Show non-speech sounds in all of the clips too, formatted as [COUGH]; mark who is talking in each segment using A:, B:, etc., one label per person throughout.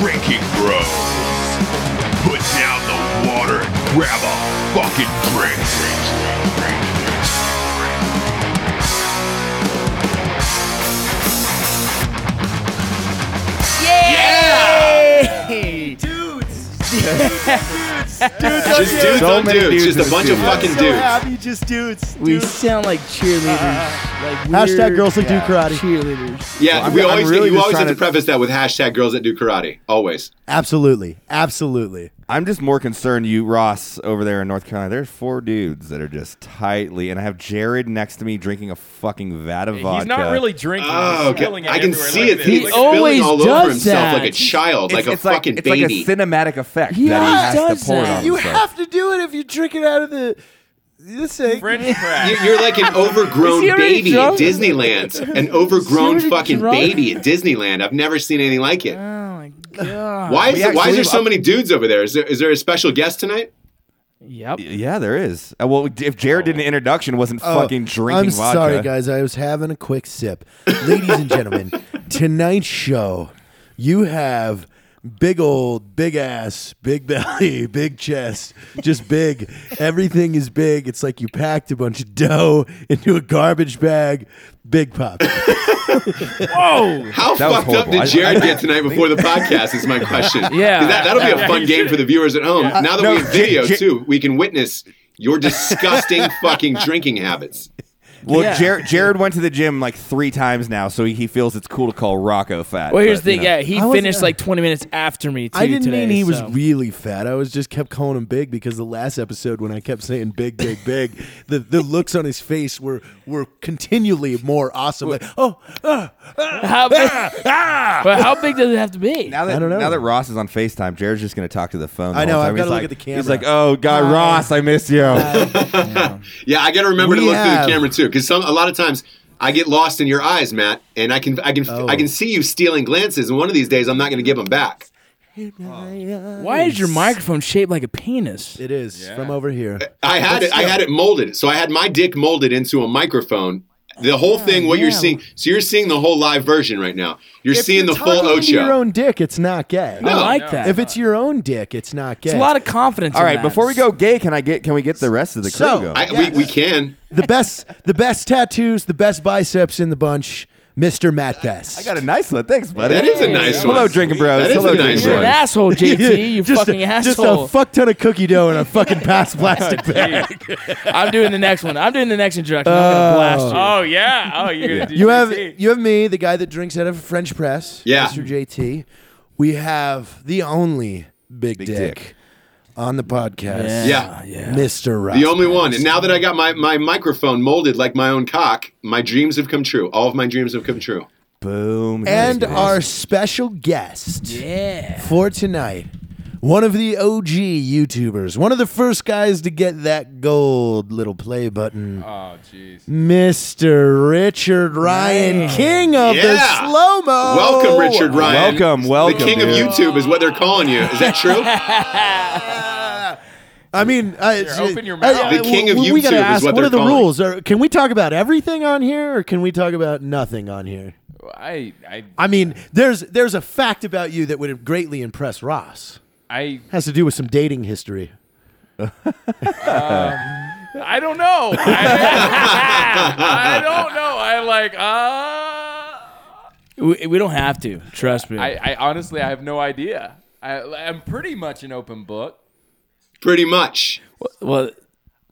A: drinking bros. Put down the water and grab a fucking drink.
B: Dudes,
C: Just
B: just
C: dudes
B: dudes.
D: So
C: on
D: many
C: dudes.
D: dudes in
C: Just a
D: the
C: bunch of
D: studio.
C: fucking
B: so
C: dudes.
B: happy, just dudes.
D: We
B: dudes.
D: sound like
B: [LAUGHS]
D: cheerleaders. Like
B: Hashtag
D: we're-
B: girls that do
D: yeah,
B: karate.
D: Cheerleaders.
C: Yeah,
D: Well, I'm-
C: we
D: I'm
C: always
D: really
C: you
D: just
C: always
D: trying
C: have
D: to-
C: to preface that with hashtag girls that do karate. Always.
B: Absolutely, absolutely.
E: I'm just more concerned you Ross over there in North Carolina. There's four dudes that are just tightly, and I have Jared next to me drinking a fucking vat of vodka.
F: He's not really drinking.
C: Oh,
F: he's
C: okay.
F: spilling it
C: I can
F: everywhere
C: see
F: like
C: it.
F: this.
C: He's
D: He
F: Look at-
B: Oh.
C: spilling
D: always
C: all over
D: does
C: himself like a
D: that.
C: child,
E: It's,
C: like a
E: it's
C: fucking
E: it's
C: baby.
E: like a cinematic effect
D: He
E: that he
D: always
E: has
D: does
E: to pour
D: that.
E: on
D: You
B: You
E: himself.
B: have to do it if you drink it out of the this thing. [LAUGHS]
F: French
C: You-
F: press.
C: You're like an overgrown
D: Is he already
C: baby
D: drunk?
C: at Disneyland. An
D: Is
C: overgrown
D: he already
C: fucking
D: drunk?
C: baby at Disneyland. I've never seen anything like it.
D: Oh my Oh god.
C: Why is,
E: we
C: it- why
E: actually-
C: is there so many dudes over there? Is there is there a special guest tonight?
D: Yep.
E: Yeah, there is. Uh, well, if Jared did an introduction, wasn't
B: Oh,
E: fucking drinking
B: I'm
E: vodka.
B: sorry, guys. I was having a quick sip. Ladies
E: [LAUGHS]
B: and gentlemen, tonight's show, you have big old, big ass, big belly, [LAUGHS] big chest, just big. Everything is big. It's like you packed a bunch of dough into a garbage bag. Big pop.
C: How
E: That was
C: fucked up
E: horrible.
C: did
E: I-
C: Jared
E: I-
C: get tonight before the podcast? Is my question.
D: [LAUGHS] Yeah.
C: 'Cause That, that'll be a fun game for the viewers at home. Now that
E: no,
C: we have video
E: J- J-
C: too, we can witness your disgusting fucking drinking habits.
E: Well,
D: Yeah.
E: Jared, Jared went to the gym like three times now, so he feels it's cool to call Rocco fat.
D: Well,
E: but,
D: here's the
E: you
D: thing.
E: know.
D: Yeah, he
B: I wasn't-
D: finished like 20 minutes after me. Too,
B: I didn't
D: today,
B: mean he was
D: so.
B: really fat. I was just kept calling him big because the last episode when I kept saying big, big,
D: [LAUGHS]
B: big, the, the looks on his face were were continually more awesome. Like, oh, ah,
D: How big, but how big does it have to be?
E: Now that
B: I don't know.
E: now that Ross is on Facetime, Jared's just gonna talk to the phone. the
B: I know,
E: whole
B: I've
E: time. He's
B: gotta look
E: like-
B: at the
E: He's
B: camera.
E: like, "Oh God, Ross, I miss you."
C: Yeah, I got to remember to
B: We
C: look through
B: have-
C: the camera too, because some a lot of times I get lost in your eyes, Matt, and I can I can I can see you stealing glances, and one of these days I'm not going to give them back.
D: Why is your microphone shaped like a penis?
B: it is from over here.
C: I had it. I had it molded. So I had my dick molded into a microphone. The whole thing, what you're
D: yeah.
C: seeing. So you're seeing the whole live version right now. You're
B: If
C: seeing
B: you're
C: the full
B: talking to Your
C: Ocho.
B: own dick, it's not gay.
D: I
C: No.
D: like that.
B: If it's your own dick, it's not gay.
D: It's a lot of confidence.
E: All
D: in
E: right,
D: that.
E: before we go gay, can I get can we get the rest of the crew
B: So-
E: going?
C: I, we, we can.
B: the best, the best tattoos, the best biceps in the bunch. Mr. Matt Best.
E: I got a nice one. Thanks, buddy.
C: That is a nice
E: Hello,
C: one.
E: drinking bros.
C: That is
E: Hello,
C: a nice
E: drinking
D: You're
C: one.
D: an
E: bros.
D: asshole,
B: [LAUGHS]
D: JT. You
B: just
D: fucking
B: a,
D: asshole.
B: Just a fuck ton of cookie dough in a
D: [LAUGHS]
B: fucking past plastic bag.
D: I'm doing the next one. I'm doing the next introduction. I'm gonna blast you.
F: Oh yeah. Oh, you're gonna do
B: You have
F: JT.
B: you have me, the guy that drinks out of a French press.
C: Yeah.
B: Mr. JT. We have the only big, dick,
E: dick.
B: on the podcast.
D: Uh,
C: Yeah.
B: Mr. Ross.
C: The only one. And now that I got my, my microphone molded like my own cock, my dreams have come true. All of my dreams have come true.
E: Boom.
B: and our special guest
D: Yeah.
B: for tonight, one of the OG YouTubers, one of the first guys to get that gold little play button,
F: Oh jeez.
B: Mr. Richard Ryan, King of the
C: Yeah.
B: Slow Mo.
D: Oh,
C: Welcome, Richard Ryan.
E: Welcome, welcome,
C: The king of
E: dude.
C: YouTube is what they're calling you. Is that
D: [LAUGHS]
C: true?
B: I mean, I, it's-
F: open your mouth.
C: The king of
B: we- We gotta
C: YouTube is
B: ask,
C: what
B: what
C: they're
B: are the
C: calling.
B: rules? Are, can we talk about everything on here, or can we talk about nothing on here?
F: I I
B: I mean, there's there's a fact about you that would greatly impress Ross.
F: I
B: Has to do with some dating history.
F: I don't know. [LAUGHS] I, I don't know. I like. Uh,
D: We, we don't have to. Trust me.
F: I, I honestly, I have no idea. I, I'm pretty much an open book.
C: Pretty much.
D: well,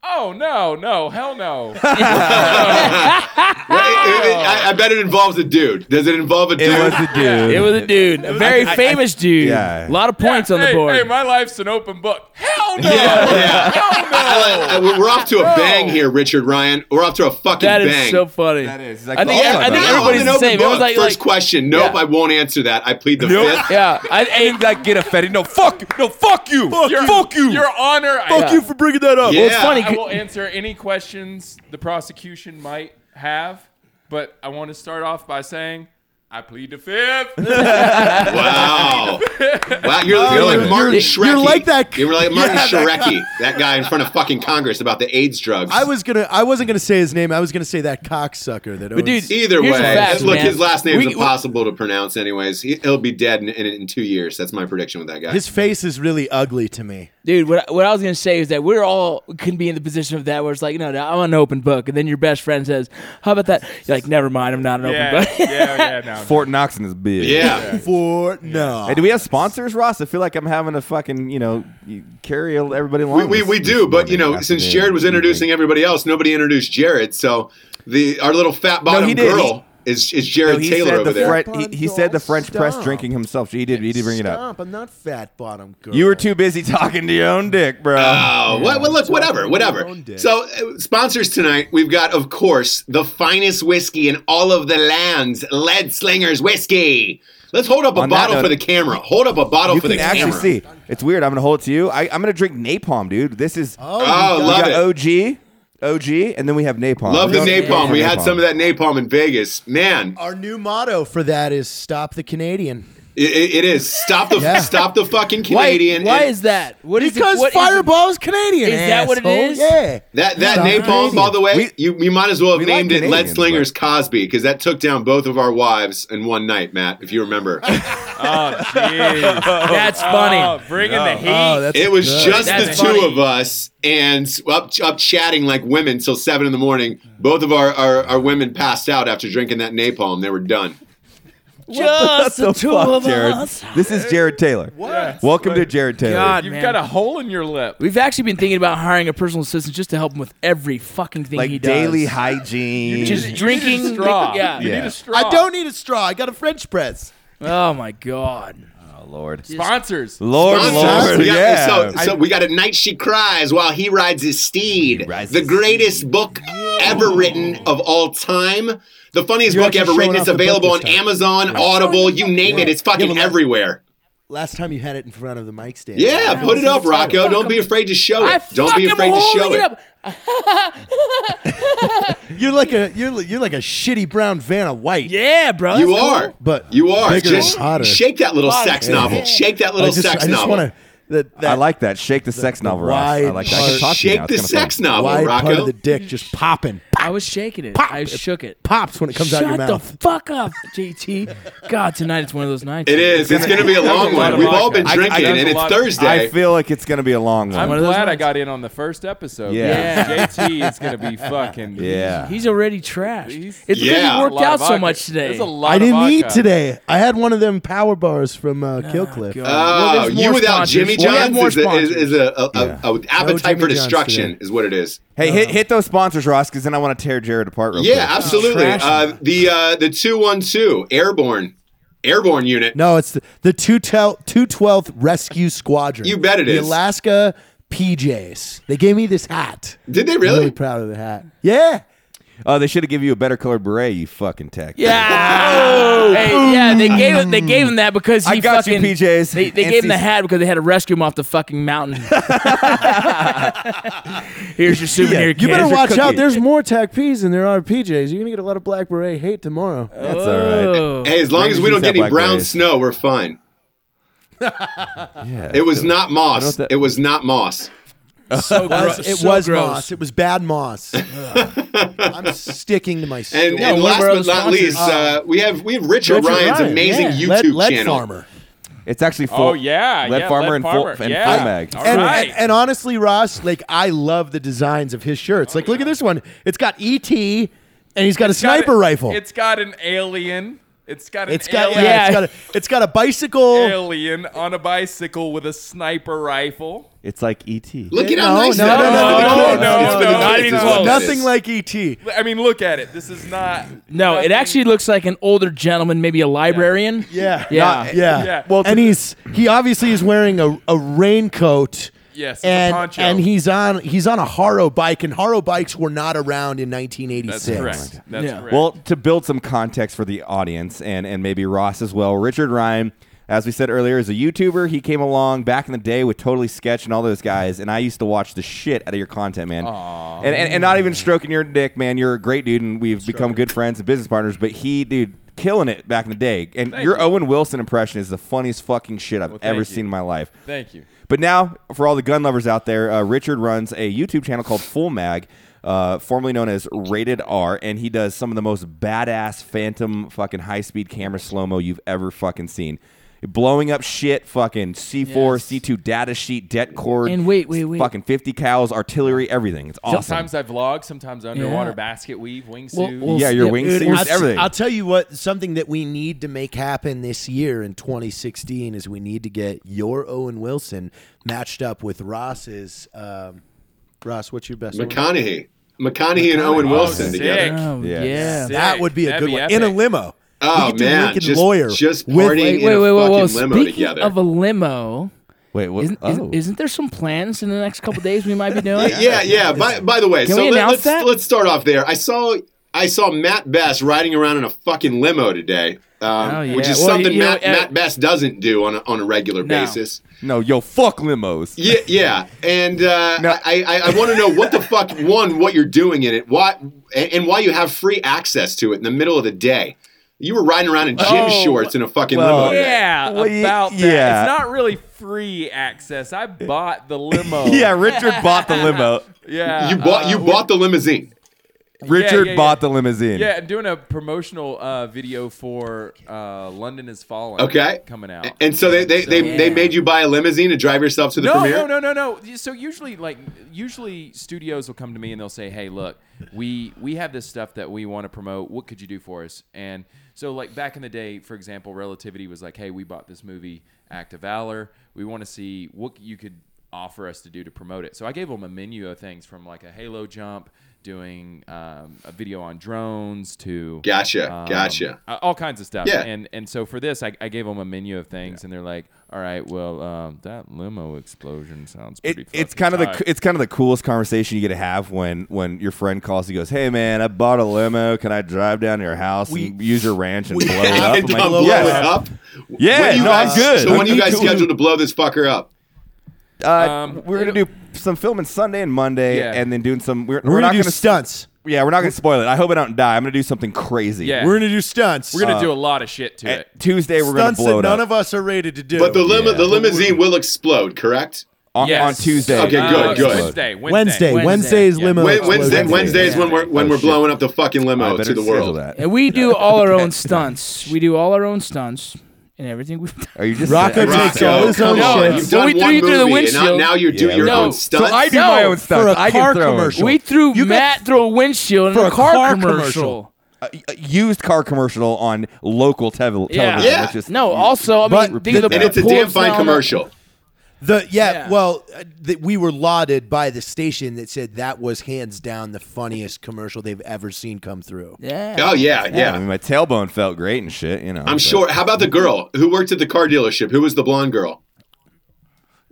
F: Oh no, no, hell no.
C: It- it- I, I bet it involves a dude. Does it involve a dude?
E: it was a dude.
D: it was a dude, a very famous dude.
E: yeah.
D: A lot of points on the
F: hey,
D: board.
F: Hey, my life's an open book. Hell no.
C: Yeah, yeah.
F: Hell
C: I
F: no.
C: like- I- we're off to a bang here, Richard Ryan. We're off to a fucking
D: that is
C: bang.
D: so funny.
E: That is. He's like,
D: I think,
E: oh,
D: ev- I
E: my
D: think
E: God.
D: everybody's
C: I'm an
D: the
C: open
D: same. It
C: book.
D: was like,
C: First
D: like
C: question. Nope,
D: Yeah.
C: I won't answer that. I plead the fifth.
D: yeah. I, I,
E: Like, get offended. No, fuck. No, fuck you. Fuck
F: Your- Your honor. I,
D: you for bringing that up. Well, it's
C: Yeah.
D: funny.
F: I will answer any questions the prosecution might have, but I want to start off by saying I plead the
B: [LAUGHS]
F: fifth.
C: Wow. wow, you're, you're like Martin
B: you're-
C: Shrekky.
B: you're like that-
C: You're like Martin
B: yeah, that
C: Shrekky, that guy in front of fucking Congress about the AIDS drugs.
B: I was gonna. I wasn't gonna say his name. I was gonna say that cocksucker that.
D: But
B: owns-
D: dude,
C: Either way,
D: Here's a fact,
C: look,
D: man.
C: his last name's
D: We-
C: impossible to pronounce. Anyways, he, he'll be dead in, in, in two years. That's my prediction with that guy.
B: his face is really ugly to me.
D: Dude, what, I- what I was gonna say is that we're all can be in the position of that where it's like, no, no, I'm an open book, and then your best friend says, "How about that?" You're like, "Never mind, I'm not an
F: yeah,
B: [LAUGHS]
D: open book." [LAUGHS]
F: yeah, yeah, no.
E: Fort Knox and his beard.
C: yeah.
B: For no,
E: Hey, do we have sponsors, Ross? I feel like I'm having to fucking you know you carry everybody along.
C: We, we,
E: this-
C: we
E: this
C: do, but you
E: morning,
C: know, since
E: afternoon,
C: Jared was
E: evening.
C: introducing everybody else, nobody introduced Jared. So the our little fat bottom
E: he did.
C: girl is is
E: No,
C: Jared
E: he
C: Taylor
E: said
C: over
E: the
C: there.
E: Fre- he, he said the French press
B: Stop.
E: drinking himself. He did. He did bring it up.
B: Stop, I'm not fat bottom girl.
E: You were too busy talking to your own dick, bro.
C: Oh, what, well, look, whatever, whatever.
B: own dick.
C: So, uh, sponsors tonight, we've got, of course, the finest whiskey in all of the lands, Lead Slingers Whiskey. Let's hold up a
E: On that
C: bottle
E: note-
C: for the camera. Hold up a bottle
E: you
C: Oh, for
E: can
C: the
E: actually
C: camera.
E: see. It's weird. I'm gonna hold it to you. I, I'm gonna drink napalm, dude. This is
C: Oh,
B: Oh, you got-
C: love
E: we
C: it.
E: got OG, OG, and then we have napalm.
C: Love the
E: We don't- we don't
C: napalm.
E: have
C: We had
E: napalm.
C: some of that napalm in Vegas. Man,
B: Our new motto for that is "Stop the Canadian."
C: it, it- it is. Stop the
B: Yeah.
C: stop the fucking
D: Why,
C: Canadian.
D: why
C: And
D: is that? What is
B: Because
D: it, what is it-
B: Fireball is Canadian.
D: Is that what it
B: asshole.
D: is?
B: Yeah.
C: that that
B: Stop
C: napalm,
B: Canadian.
C: by the way,
E: We-
C: you, you might as well have
E: we like
C: named it Lead
E: Canadians,
C: Slingers Cosby because that took down both of our wives in one night, Matt, if you
E: [LAUGHS]
C: remember.
F: Oh, jeez.
D: That's funny.
F: Oh, bringing the heat.
B: Oh, that's
C: It was
B: good.
C: just
D: That's
C: the
D: funny.
C: two of us and up up chatting like women till seven in the morning. Both of our, our, our women passed out after drinking that napalm. They were done.
D: Just the, [LAUGHS]
E: [LAUGHS] What
D: two
E: fuck,
D: of
E: Jared?
D: us.
E: This is Jared Taylor.
F: What?
E: Welcome to Jared Taylor.
D: God,
F: You've
D: man.
F: got a hole in your lip.
D: We've actually been thinking about hiring a personal assistant just to help him with every fucking thing
E: like
D: he does.
E: daily hygiene.
D: just
F: You need a
D: drinking-
F: straw.
D: yeah.
F: You
E: Yeah.
F: need a straw.
B: I don't need a straw. I got a French press.
D: Oh my god.
E: oh, Lord.
F: sponsors.
E: Lord,
C: Sponsors.
E: Lord,
C: We got,
E: yeah.
C: So, so we got at night she cries while he rides his steed.
E: rides
C: The
E: his
C: greatest book ever written of all time. The funniest
B: You're
C: book
B: actually
C: ever written. It's
B: showing off the book
C: available on
B: this time.
C: Amazon, Audible, you name it. It's
B: Yeah,
C: fucking
B: but-
C: everywhere.
B: Last time you had it in front of the mic stand.
C: Yeah, put it up, Rocco. Don't be afraid to show
D: I
C: it. Don't be
D: fucking
C: afraid to
D: holding
C: show
D: it
C: it.
D: up.
B: You're like a you're li- you're like a shitty brown Vanna White.
D: Yeah, bro.
C: You
D: that's cool.
C: are.
B: But
C: You are
B: bigger
C: just
B: and hotter.
C: shake that little sex
B: Yeah.
C: novel. Shake that little
B: I just,
C: sex
B: I just
C: novel.
B: want to that, that
E: I like that. Shake the sex novel, Ross. I
B: wide
E: like that. I can
B: part-
E: talk to you
C: Shake
E: now.
C: the
E: It's kinda
C: sex
E: fun.
C: novel,
B: wide part
C: Rocco.
B: of the dick just popping.
D: I was shaking it. I shook it.
B: Pops when it comes
D: Shut
B: out your
D: the
B: mouth.
D: fuck up, JT. God, tonight it's one of those nights.
C: It is. It's going to be a long
F: a lot
C: one.
F: of
C: We've all been
F: vodka.
E: I- I-
C: drinking, and
F: that's a
C: it's
F: lot of-
E: I
C: Thursday.
E: feel like it's going to be a long
F: I'm
E: one.
D: One of those
F: glad I
D: nights.
F: got in on the first episode.
E: Yeah.
F: because JT is going to be
B: [LAUGHS]
F: fucking.
E: yeah.
D: He's already trashed.
F: He's-
D: it's because
C: Yeah.
D: he
F: a
D: worked
F: lot of
D: out so
F: vodka.
D: much today.
F: There's a lot
B: I
F: of
B: didn't eat
F: vodka.
B: today. I had one of them power bars from uh, Killcliff.
D: Ah, God. Well,
C: Oh,
D: there's
C: you
D: more
C: without
D: sponsors.
C: Jimmy
D: We have
C: John's
D: more
C: is, a, is,
D: sponsors.
C: is a, a,
E: Yeah.
C: a, a appetite
B: Jimmy
C: for
B: John's
C: destruction,
B: today.
C: is what it is.
E: Hey, hit, hit those sponsors, Ross, because then I want to tear Jared apart real
C: Yeah,
E: quick.
C: absolutely.
D: Trash.
C: Uh, the uh, the two one two airborne, airborne unit.
B: No, it's the, the two tel- 212th Rescue Squadron.
C: You bet it
B: it is.
C: is.
B: the Alaska PJs. They gave me this hat.
C: Did they
B: I'm really
C: really?
B: proud of the hat. Yeah.
E: Oh, they should have given you a better colored beret, you fucking tech.
D: Yeah. [LAUGHS] Hey, yeah, they gave him they gave him that because he
E: I got you,
D: fucking
E: PJs.
D: They, they gave him the
E: NC's.
D: hat because they had to rescue him off the fucking
B: [LAUGHS]
D: mountain. Here's your souvenir
E: Yeah,
D: kid.
B: You better
E: Here's your
B: watch out.
E: cookie.
B: There's more TAC Ps than there are PJs. You're going to get a lot of Black Beret hate tomorrow.
E: That's all right.
D: Oh.
C: Hey, as long
E: Bring
C: as
E: the
C: we don't get
E: juice out,
C: any
E: Black
C: brown
E: Berets.
C: snow, we're fine.
E: Yeah.
C: It was not
E: don't
C: moss.
E: thi-
C: It was not moss.
D: so gross.
B: it
D: so
B: was
D: gross.
B: moss. It was bad moss. I'm sticking to my
C: And,
B: story.
C: and
D: one of
C: last
D: our
C: but
D: other
C: not
D: sponsors.
C: least, uh, we have we have Richard,
B: Richard
C: Ryan's
B: Ryan,
C: amazing
B: yeah.
C: YouTube
B: Lead- Lead
C: channel.
B: Farmer.
E: It's actually full.
F: Oh yeah,
E: Lead
F: yeah,
E: Farmer
F: Lead
E: and
F: Farmer.
E: Full, and
F: Yeah.
E: full Mag.
F: All
B: And,
F: right.
B: and, and honestly, Ross, like I love the designs of his shirts. Like, look at this one. It's got ET, and he's got a
F: It's got
B: sniper
F: a-
B: rifle.
F: It's got an alien. It's got an
B: It's got yeah,
F: alien,
D: Yeah.
B: It's got a, it's got a bicycle.
F: alien on a bicycle with a sniper rifle.
E: It's like E E.T.
C: Look at
B: No,
C: how nice
B: no,
C: that
B: no,
C: is.
B: no,
C: It's for the kids.
B: no, no,
C: It's for the
F: no, not
C: kids
F: even
C: is what
F: close.
C: that
B: Nothing
C: is.
B: like ET.
F: I mean, look at it. This is not.
D: No, it
F: nothing-
D: actually looks like an older gentleman, maybe a librarian.
B: Yeah,
D: Yeah.
B: Not- yeah.
F: Yeah.
B: Well, and he's he obviously is wearing a, a raincoat.
F: Yes, it's a
B: and
F: poncho.
B: and he's on he's on a Haro bike, and Haro bikes were not around in 1986.
F: That's
C: Oh
F: correct. That's
D: Yeah.
F: correct.
E: Well, to build some context for the audience and, and maybe Ross as well, Richard Ryan, as we said earlier, is a YouTuber. He came along back in the day with Totally Sketch and all those guys, and I used to watch the shit out of your content, man. And, and, and not even stroking your dick, man. You're a great dude, and we've become good friends and business partners, but he, dude, killing it back in the day. And
F: Thank
E: your
F: you.
E: Owen Wilson impression is the funniest fucking shit I've
F: Well, thank
E: ever
F: you.
E: seen in my life.
F: Thank you.
E: But now, for all the gun lovers out there, uh, Richard runs a YouTube channel called Full Mag, uh, formerly known as Rated R, and he does some of the most badass phantom fucking high speed camera slow mo you've ever fucking seen. Blowing up shit, fucking C4,
D: Yes.
E: C2 data sheet, det cord,
D: And wait, wait, wait.
E: fucking 50 cows, artillery, everything. It's awesome.
F: Sometimes I vlog. Sometimes underwater
D: Yeah.
F: basket weave, wingsuit.
D: Well- well,
E: yeah, your
D: Yeah,
E: wing
B: Dude,
E: suits,
B: I'll, t-
E: everything.
B: I'll tell you what, something that we need to make happen this year in 2016 is we need to get your Owen Wilson matched up with Ross's. Um, Ross, what's your best one?
C: McConaughey. McConaughey and Owen
F: Oh,
C: Wilson
F: sick.
C: together.
D: Oh,
E: [LAUGHS] Yeah.
D: yeah.
F: Sick.
B: That would be a
F: That'd
B: good
F: be
B: one.
F: epic.
B: In a limo.
C: Oh
B: we could do
C: man,
B: Lincoln
C: just
B: lawyer
C: just
B: with-
D: Wait, wait,
C: partying in
D: wait,
C: a
D: wait, wait.
C: fucking limo
D: Speaking
C: together.
D: of a limo,
E: Wait, what?
D: isn't,
E: oh.
D: isn't, isn't there some plans in the next couple days we
C: [LAUGHS]
D: might be doing?
C: yeah, yeah. yeah. By, by the way,
D: Can
C: so
D: we
C: let,
D: announce
C: let's
D: that?
C: let's start off there. I saw I saw Matt Best riding around in a fucking limo today, um,
D: Oh, yeah.
C: which is
D: Well,
C: something
D: you know,
C: Matt,
D: uh,
C: Matt Best doesn't do on a, on a regular
D: No.
C: basis.
E: no, yo, fuck limos.
C: Yeah, yeah, and uh,
E: No.
C: I, I, I want to know what the fuck one what you're doing in it, why and, and why you have free access to it in the middle of the day. You were riding around in gym
F: Oh,
C: shorts in a fucking
E: well,
C: limo. today.
F: Yeah,
E: Well, y-
F: about that.
E: yeah.
F: It's not really free access. I bought the
B: [LAUGHS]
E: [LAUGHS]
F: limo.
E: Yeah, Richard bought the
D: [LAUGHS]
E: limo.
F: yeah.
C: you bought you
F: uh,
C: bought the limousine.
E: Richard
F: yeah,
E: bought
F: yeah.
E: the limousine.
F: Yeah, I'm doing a promotional uh, video for uh, London is Falling.
C: Okay,
F: coming out.
C: A- And so they they, they,
D: So-
C: they
D: Yeah.
C: made you buy a limousine and drive yourself to the
F: no,
C: premiere.
F: no, no, no, no. So usually, like, usually studios will come to me and they'll say, "Hey, look, we we have this stuff that we want to promote. What could you do for us?" And so, like back in the day, for example, Relativity was like, "Hey, we bought this movie, Act of Valor. We want to see what you could offer us to do to promote it." So I gave them a menu of things from like a Halo jump, doing um, a video on drones to
C: Gotcha,
F: um,
C: gotcha.
F: uh, all kinds of stuff.
C: Yeah.
F: And and so for this, I, I gave them a menu of things, and they're like, "All right, well, um, that limo explosion sounds pretty."
E: It, it's
F: fucking
E: kind of the
F: tight."
E: coo- it's kind of the coolest conversation you get to have when when your friend calls. He goes, "Hey man, I bought a limo. Can I drive down to your house and use your ranch and blow it up?"
C: and
E: I'm like,
C: to blow
E: "Yes."
C: it up.
E: Yeah,
C: When you
E: no, I'm
C: guys-
E: good.
C: So when
E: I'm
C: you guys
E: cool.
C: scheduled
E: [LAUGHS]
C: to blow this fucker up?
E: Uh,
F: Um,
E: we're gonna do some filming Sunday and Monday,
F: Yeah.
E: and then doing some. We're,
B: We're,
E: we're
B: going
E: not
B: to do
E: gonna
B: stunts.
E: Yeah, we're not gonna spoil it. I hope I don't die. I'm gonna do something crazy.
F: Yeah.
B: We're going to do stunts.
F: We're gonna do a lot of shit to
E: Uh,
F: it.
E: Tuesday we're gonna
B: stunts
E: blow
B: that
E: it
B: none
E: up
B: of us are rated to do.
C: But the limo,
E: Yeah.
C: the limousine will explode, correct?
E: on,
F: Yes.
E: on Tuesday.
C: Okay, good,
B: Oh,
F: Uh,
C: good.
F: Wednesday,
B: Wednesday.
F: Wednesday.
D: Wednesday.
B: Wednesday's
F: Yeah.
B: limo.
F: Oh,
C: Wed-
B: explosion.
C: Wednesday,
E: Wednesday.
C: Wednesday is when we're when
E: Oh,
C: we're
E: shit.
C: blowing up the fucking
E: I
C: limo
E: better
C: to the
E: schedule
C: world.
E: That.
D: And we do all our
C: [LAUGHS]
D: own stunts. We do all our own stunts and everything we've done.
E: Are you just
B: Rocco
E: saying-
B: takes all his own
C: come on,
B: shit.
C: You've
D: Well,
C: done
D: we threw
C: one
D: you through the
C: movie, and now,
D: windshield.
C: now you do
E: Yeah,
C: your
E: no.
C: own
E: So
C: stunts.
E: I do my
D: No,
E: own stuff.
B: for a
E: I can
B: car
E: throw 'em.
B: commercial.
D: We threw
B: You got-
D: Matt through a windshield in
B: For
D: a, car, commercial.
E: a used car commercial on local tev- television.
D: Yeah.
C: Yeah.
E: Which is
D: No, also, I mean,
B: But
D: think of
B: the-
D: the
C: and it's a
D: pool
C: damn fine
D: sound-
C: commercial.
B: The yeah,
D: Yeah.
B: well, uh, th- we were lauded by the station that said that was hands down the funniest commercial they've ever seen come through.
D: Yeah.
C: Oh yeah,
E: I mean,
C: yeah.
E: my tailbone felt great and shit. You know,
C: I'm
E: but
C: sure. How about the girl who worked at the car dealership? Who was the blonde girl?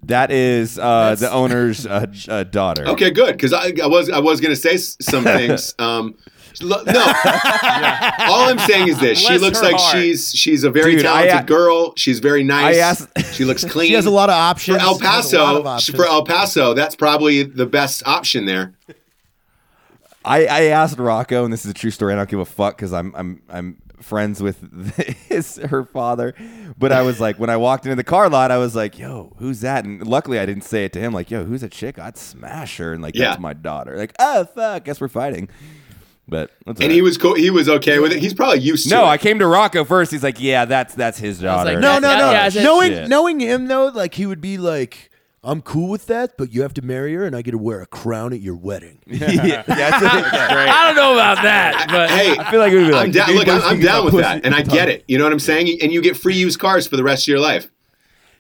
E: that is uh, the owner's uh, uh, daughter.
C: Okay, good. Because I, I was I was gonna say s- some things. Um, lo- no, all I'm saying is this: she
F: Bless
C: looks
F: her
C: like
F: heart.
C: she's she's a very
E: Dude, I
C: talented
E: a-
C: girl. She's very nice.
E: I asked-
C: she looks clean.
B: She has a lot of options.
C: for El
B: She has a lot of
C: Paso.
B: options.
C: For El Paso, that's probably the best option there.
E: I, I asked Rocco, and this is a true story. I don't give a fuck because I'm I'm I'm friends with [LAUGHS] his her father. But I was like, when I walked into the car lot, I was like, "Yo, who's that?" And luckily, I didn't say it to him. Like, "Yo, who's a chick? I'd smash her." And like,
C: Yeah.
E: that's my daughter. Like, oh fuck, guess we're fighting. But that's all
C: And
E: right.
C: he was cool. He was okay with it. He's probably used to.
E: no.
C: it.
E: I came to Rocco first. He's like, "Yeah, that's that's his
D: was
E: daughter."
D: like,
B: no, no,
D: Yeah,
B: no.
D: yeah, I said-
B: knowing
E: Shit.
B: knowing him though, like he would be like, "I'm cool with that, but you have to marry her, and I get to wear a crown at your wedding."
E: [LAUGHS] yeah, that's
D: I don't know about that, but
C: Hey,
E: I feel like it would be like,
C: I'm down.
E: dude,
C: Look, I'm,
E: those
C: I'm
E: things
C: down
E: are
C: with
E: pussy
C: that, and I
E: all the
C: get
E: time.
C: it. You know what I'm saying? And you get free used cars for the rest of your life.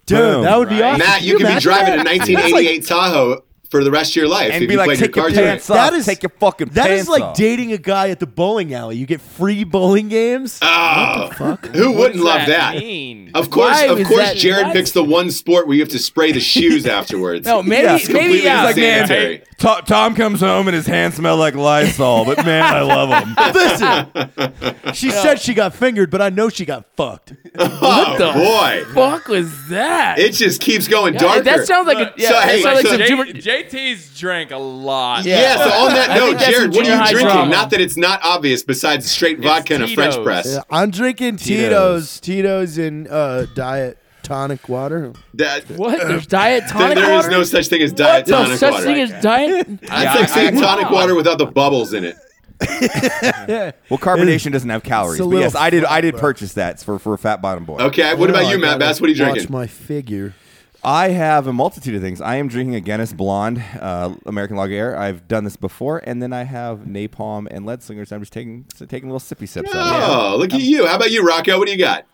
B: Dude,
E: Boom.
B: that would be
F: Right.
B: awesome.
C: Matt, you, could be
B: imagine
C: driving
B: that? [LAUGHS]
C: a
B: That's
C: 1988
B: like-
C: Tahoe for the rest of your life
E: And
C: if
E: be
C: you
E: like,
C: played
E: "Take your
C: your car to
E: pants
C: it.
E: off. Take your fucking
B: That is
E: pants
B: like
E: off.
B: dating a guy at the bowling alley. You get free
C: [LAUGHS]
B: bowling games.
C: Oh, who wouldn't love that?
F: mean?
C: Of course,
D: Why
C: of
D: was
C: course,
D: that-
C: Jared
D: why-
C: picks the one sport where you have to spray the shoes afterwards.
D: no, maybe,
E: Yeah, it's
D: maybe,
C: completely
D: yeah.
E: like, man,
C: unsanitary.
E: To- Tom comes home and his hands smell like Lysol, but man, I love him.
B: Listen, she said she got fingered, but I know she got fucked.
C: Oh
D: the
C: boy,
D: fuck was that?
C: it just keeps going darker.
D: that sounds like a-
C: Look,
D: yeah,
C: so,
D: that
C: hey,
D: sounds like
C: so-
D: some
F: J-
D: Jimmer-
F: JT's drank a lot.
D: Yeah.
C: Yeah, so on that
D: I think
C: note,
D: that's
C: Jared,
D: some
C: what are
D: junior
C: you
D: high
C: drinking?
D: drama.
C: Not that it's not obvious besides straight vodka and a
F: Tito's.
C: French press.
B: Yeah, I'm drinking
E: Tito's.
B: Tito's, Tito's and uh, diet tonic water.
C: That-
D: What? There's diet
C: [LAUGHS] There
D: tonic
C: there is
D: water.
C: no such thing as diet
D: no
C: tonic
D: such
C: water.
D: thing as diet.
C: [LAUGHS] I'd like saying tonic water without the bubbles in it.
B: Yeah,
E: [LAUGHS] Well, carbonation doesn't have calories,
B: It's a
E: but
B: little
E: yes, I did. I did
B: flat, bro.
E: purchase that for for Fat Bottom Boy.
C: Okay, what about
B: Oh,
C: you,
B: I
C: Matt
B: gotta
C: Bass? What are you
B: Watch
C: drinking?
B: my figure.
E: I have a multitude of things. I am drinking a Guinness Blonde uh, American Lager. I've done this before, and then I have Napalm and Lead Slingers. I'm just taking so taking little sippy sips. out of it.
C: Oh, look at you. How about you, Rocco? What do you got?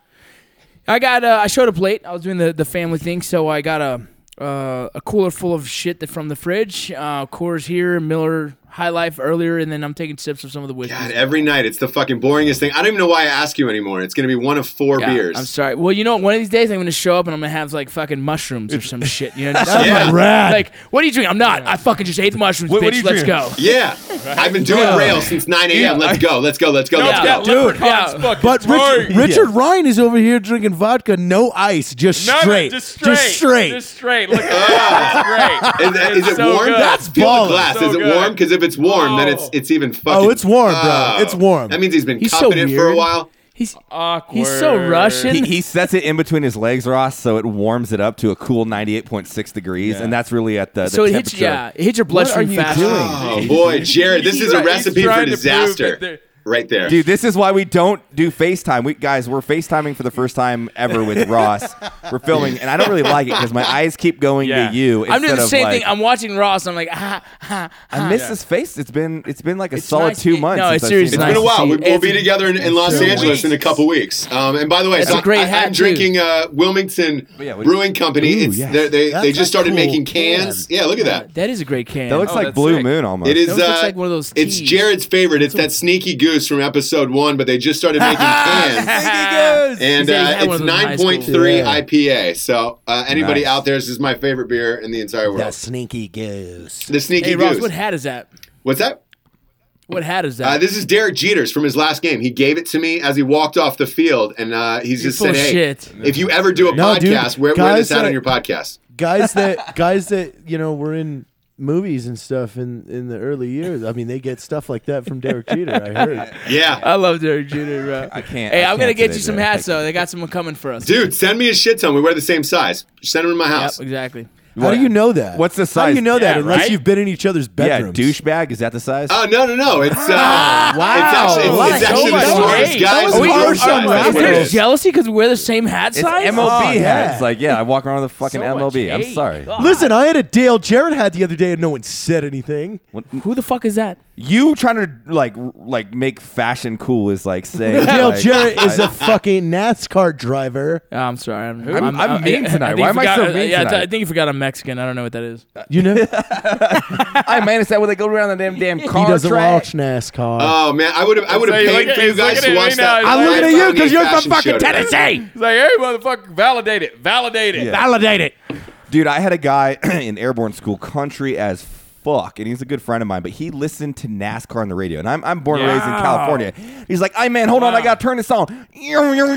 D: I got. Uh, I showed a plate. I was doing the, the family thing, so I got a uh, a cooler full of shit that from the fridge. Uh, Coors here, Miller High Life earlier, and then I'm taking sips of some of the whiskey.
C: God, every night it's the fucking boringest thing. I don't even know why I ask you anymore. It's going to be one of four beers.
D: I'm sorry. Well, you know, one of these days I'm gonna show up and I'm gonna have like fucking mushrooms or [LAUGHS] some shit. You know, just
C: Yeah.
D: like,
B: Rad.
D: like, what are you drinking? I'm not. I fucking just ate the mushrooms,
E: Wait,
D: bitch.
E: what are you
D: Let's
E: drinking?
D: go.
C: Yeah, I've been doing rail since 9 a.m. Let's go. Let's go. Let's go.
F: No,
C: Let's
F: that
C: go.
D: Dude,
F: leprechaun's
D: yeah.
F: fucking
B: But
F: tight.
B: Rich, Richard Ryan is over here drinking vodka, no ice, just
F: No, no,
B: straight,
F: just straight, just straight.
C: [LAUGHS]
F: Look at that, it's great.
C: And that,
F: It's
C: is it
F: so
C: warm?
F: good.
B: That's
C: Feel
B: baller.
C: the glass.
F: So
C: is it
F: good.
C: warm? Because if it's warm, then it's
F: Oh.
C: it's even fucking. Oh.
B: it's warm, bro. It's warm.
C: That means he's been
D: He's so
C: cupping it for a
D: weird.
C: while.
D: He's
F: awkward.
D: he's so Russian.
E: He, he sets it in between his legs, Ross, so it warms it up to a cool 98.x degrees, and that's really at the, the
D: so it hits.
E: temperature.
D: Yeah, it hits your
E: What are
D: bloodstream
E: you
D: fast.
E: doing?
C: Oh boy, Jared, this
F: He's
C: is a
F: try- he's
C: recipe for
F: trying to prove that
C: disaster.
F: they're-
C: Right there.
E: Dude, this is why we don't do FaceTime. We guys, we're FaceTiming for the first time ever with Ross. We're filming, and I don't really like it because my eyes keep going
F: Yeah.
E: to you.
D: I'm doing
E: instead
D: the
E: of,
D: same
E: like,
D: thing. I'm watching Ross. I'm like, [LAUGHS] ah, ah, ah.
E: I miss this face. It's been it's been like a
D: It's
E: solid
D: nice-
E: two
D: it-
E: months.
D: no,
E: since
D: it's
E: I've
D: serious.
E: seen
C: It's
E: it.
C: been
D: Nice
C: a
D: to
C: while.
D: see
C: We,
D: you.
C: we'll be
D: It's-
C: together in, in Los
F: two
C: Angeles in a
F: weeks.
C: couple weeks. Um, and by the way,
D: That's
C: so
D: a great
C: I,
D: hat,
C: am
D: too.
C: drinking uh, Wilmington
E: yeah, what-
C: Brewing Company.
E: Ooh,
C: it's,
E: yes.
C: they're- They, they
B: That's
C: just
B: a
C: started
B: cool
C: making
B: can.
C: cans. Yeah, look at that.
D: That is a great can.
E: That looks
F: Oh,
E: like
F: that's
E: Blue
F: sick.
E: Moon almost.
C: It is
D: That looks
C: uh,
D: like one of those
C: It's
D: teas.
C: Jared's favorite. It's that sneaky goose from episode one, but they just
D: [LAUGHS]
C: started making cans. And
D: He said he
C: uh,
D: had one of those
C: it's
D: in high
C: 9.3
B: school.
C: IPA. So uh, anybody
E: Nice.
C: out there, this is my favorite beer in the entire world.
B: That sneaky goose.
C: The sneaky
D: hey Ross,
C: goose.
D: what hat is that?
C: What's that?
D: What hat is that?
C: Uh, this is Derek Jeters from his last game. He gave it to me as he walked off the field, and uh, he's just
D: full
C: said,
D: of
C: "Hey,
D: shit.
C: if you ever do a
B: No, dude,
C: podcast, wear, wear
B: guys
C: this out
B: that-
C: on your podcast."
F: [LAUGHS]
B: Guys that guys that you know were in movies and stuff in in the early years. I mean, they get stuff like that from Derek Jeter. I heard.
C: Yeah,
D: I love Derek Jeter, bro.
E: I can't-
D: Hey,
E: I
D: I'm gonna
E: can't
D: get
E: today,
D: you some
E: Derek.
D: hats though. They got some coming for us.
C: dude, send me a shit ton. We wear the same size. Send them to my
D: Yep,
C: house.
D: exactly.
B: How do you know that?
E: What's the
B: How do
E: size?
B: you know that
F: Yeah,
B: unless
F: right?
B: you've been in each other's
E: Yeah,
B: bedrooms?
E: douchebag. Is that the size?
C: Oh no, no, no! It's uh, wow. It's actually,
D: Wow.
C: it's, it's actually
D: Oh my
C: the smartest
D: God.
C: guys.
B: That
C: in
B: was
C: the world
B: harsh on
C: size. That's
D: Is
B: Rafa.
C: what it
D: there
C: is.
D: jealousy because we're the same hat
E: it's
D: size?
E: MLB
B: Oh,
E: hat.
B: yeah.
E: It's like yeah, I walk around with a fucking
D: So much
E: MLB. I'm
D: hate.
E: sorry.
D: God.
B: Listen, I had a Dale Jarrett hat the other day, and no one said anything.
D: Who the fuck is that?
E: You trying to like r- like make fashion cool is like saying
B: Dale
E: like,
B: Jarrett
E: I-
B: is a fucking NASCAR driver.
D: Oh, I'm sorry. I'm,
E: I'm mean
D: I- I
E: tonight.
D: think
E: Why
D: you
E: am I
D: forgot-
E: so mean
D: Yeah, I th-
E: tonight?
D: I think you forgot I'm Mexican. I don't know what that is.
E: [LAUGHS]
B: You know,
E: I managed that when they go around the damn damn car
B: he doesn't
E: track.
B: watch NASCAR.
C: Oh man, I would have, I would have
F: He's
C: paid
F: like-
C: for you
F: he's
C: guys to
F: looking at
C: watch
F: me
C: that.
F: now. I'm looking at
C: Live
F: you
C: Romney
E: 'cause you're
C: fashion
E: from fucking
C: show today.
F: He's like, hey, motherfucker, validate it, validate it.
B: Validate it.
E: Dude, I had a guy [CLEARS THROAT] in airborne school, country as fuck, and he's a good friend of mine, but he listened to NASCAR on the radio. And I'm, I'm born and raised in
F: Wow.
E: California. He's like, hey, man, hold on, I got to turn this on.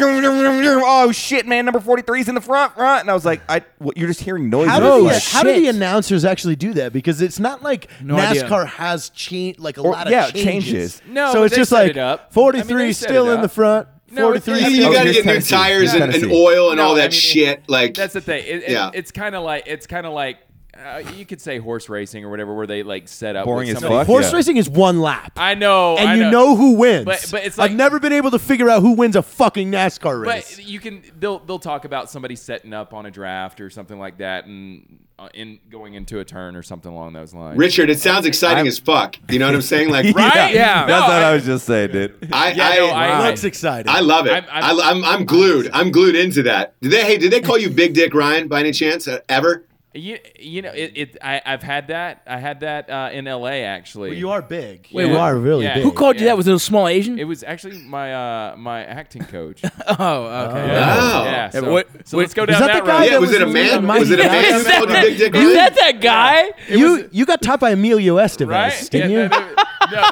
E: Oh, shit, man, number 43's in the front, front. And I was like, I, what, you're just hearing noise.
B: How,
E: over
B: do
E: my-
B: the, uh,
E: [LAUGHS]
B: how do the
D: shit.
B: announcers actually do that? Because it's not like
D: No idea.
B: NASCAR has changed like a
E: Or-
B: lot of
E: yeah,
B: changes.
E: changes.
F: No,
B: so
F: but
B: it's
F: they
B: just
F: set
B: like
F: it up. I
B: 43
F: mean, they set
B: still
F: it
B: in the
F: up.
B: front.
F: No, it's-
B: 43
C: You,
F: Yeah,
C: you
E: Oh,
C: got to
E: here's
C: get new
E: Tennessee.
C: tires
E: Here's
C: and, and
E: Tennessee.
C: oil and all
F: No, I
C: that
F: mean, it-
C: shit. Like
F: That's the thing. It, it-
C: Yeah.
F: It's kind of like it's kind of like uh, you could say horse racing or whatever, where they like set up.
E: Boring
F: with
E: as
F: some of
E: fuck.
F: these-
B: Horse
E: Yeah.
B: racing is one lap.
F: I know,
B: and
F: I
B: you know. who wins.
F: But- but it's like-
B: I've never been able to figure out who wins a fucking NASCAR race.
F: But you can they'll they'll talk about somebody setting up on a draft or something like that, and uh, in going into a turn or something along those lines.
C: Richard, it sounds exciting as fuck. You know what I'm saying?
E: [LAUGHS]
C: Like,
F: Right? Yeah.
E: That's
F: No,
E: what
F: I-
E: I was just saying, dude.
C: I,
F: Yeah,
C: I,
F: no, I-
B: Looks exciting.
C: I love it.
F: I'm-
C: I'm,
F: I'm-
C: I'm, I'm, glued. I'm glued into that. Did they? Hey, did they call you Big Dick Ryan by any chance? Uh, ever?
F: You, you know it, it I, I've had that I had that uh, in L.A. actually.
G: you are big.
F: Wait,
B: you
F: what?
B: are really
F: Yeah.
B: big.
F: Who
D: Who called you
F: Yeah.
D: that? Was it a small Asian?
F: It was actually my uh, my acting
B: [LAUGHS]
F: coach.
D: oh, okay. [LAUGHS]
C: Wow.
F: Yeah. So,
D: what-
F: so let's go
B: Is
F: down
B: that the guy
F: road.
C: Yeah,
B: that
C: was it a
B: was
C: man?
B: on Mighty
C: Was it a
B: Ducks?
C: man?
D: Is, that
C: With a big dick
D: that, [LAUGHS] is
C: ring?
D: that that guy?
B: you you got taught by Emilio Estevez,
F: right?
B: didn't
F: Yeah,
B: you?
F: that- no,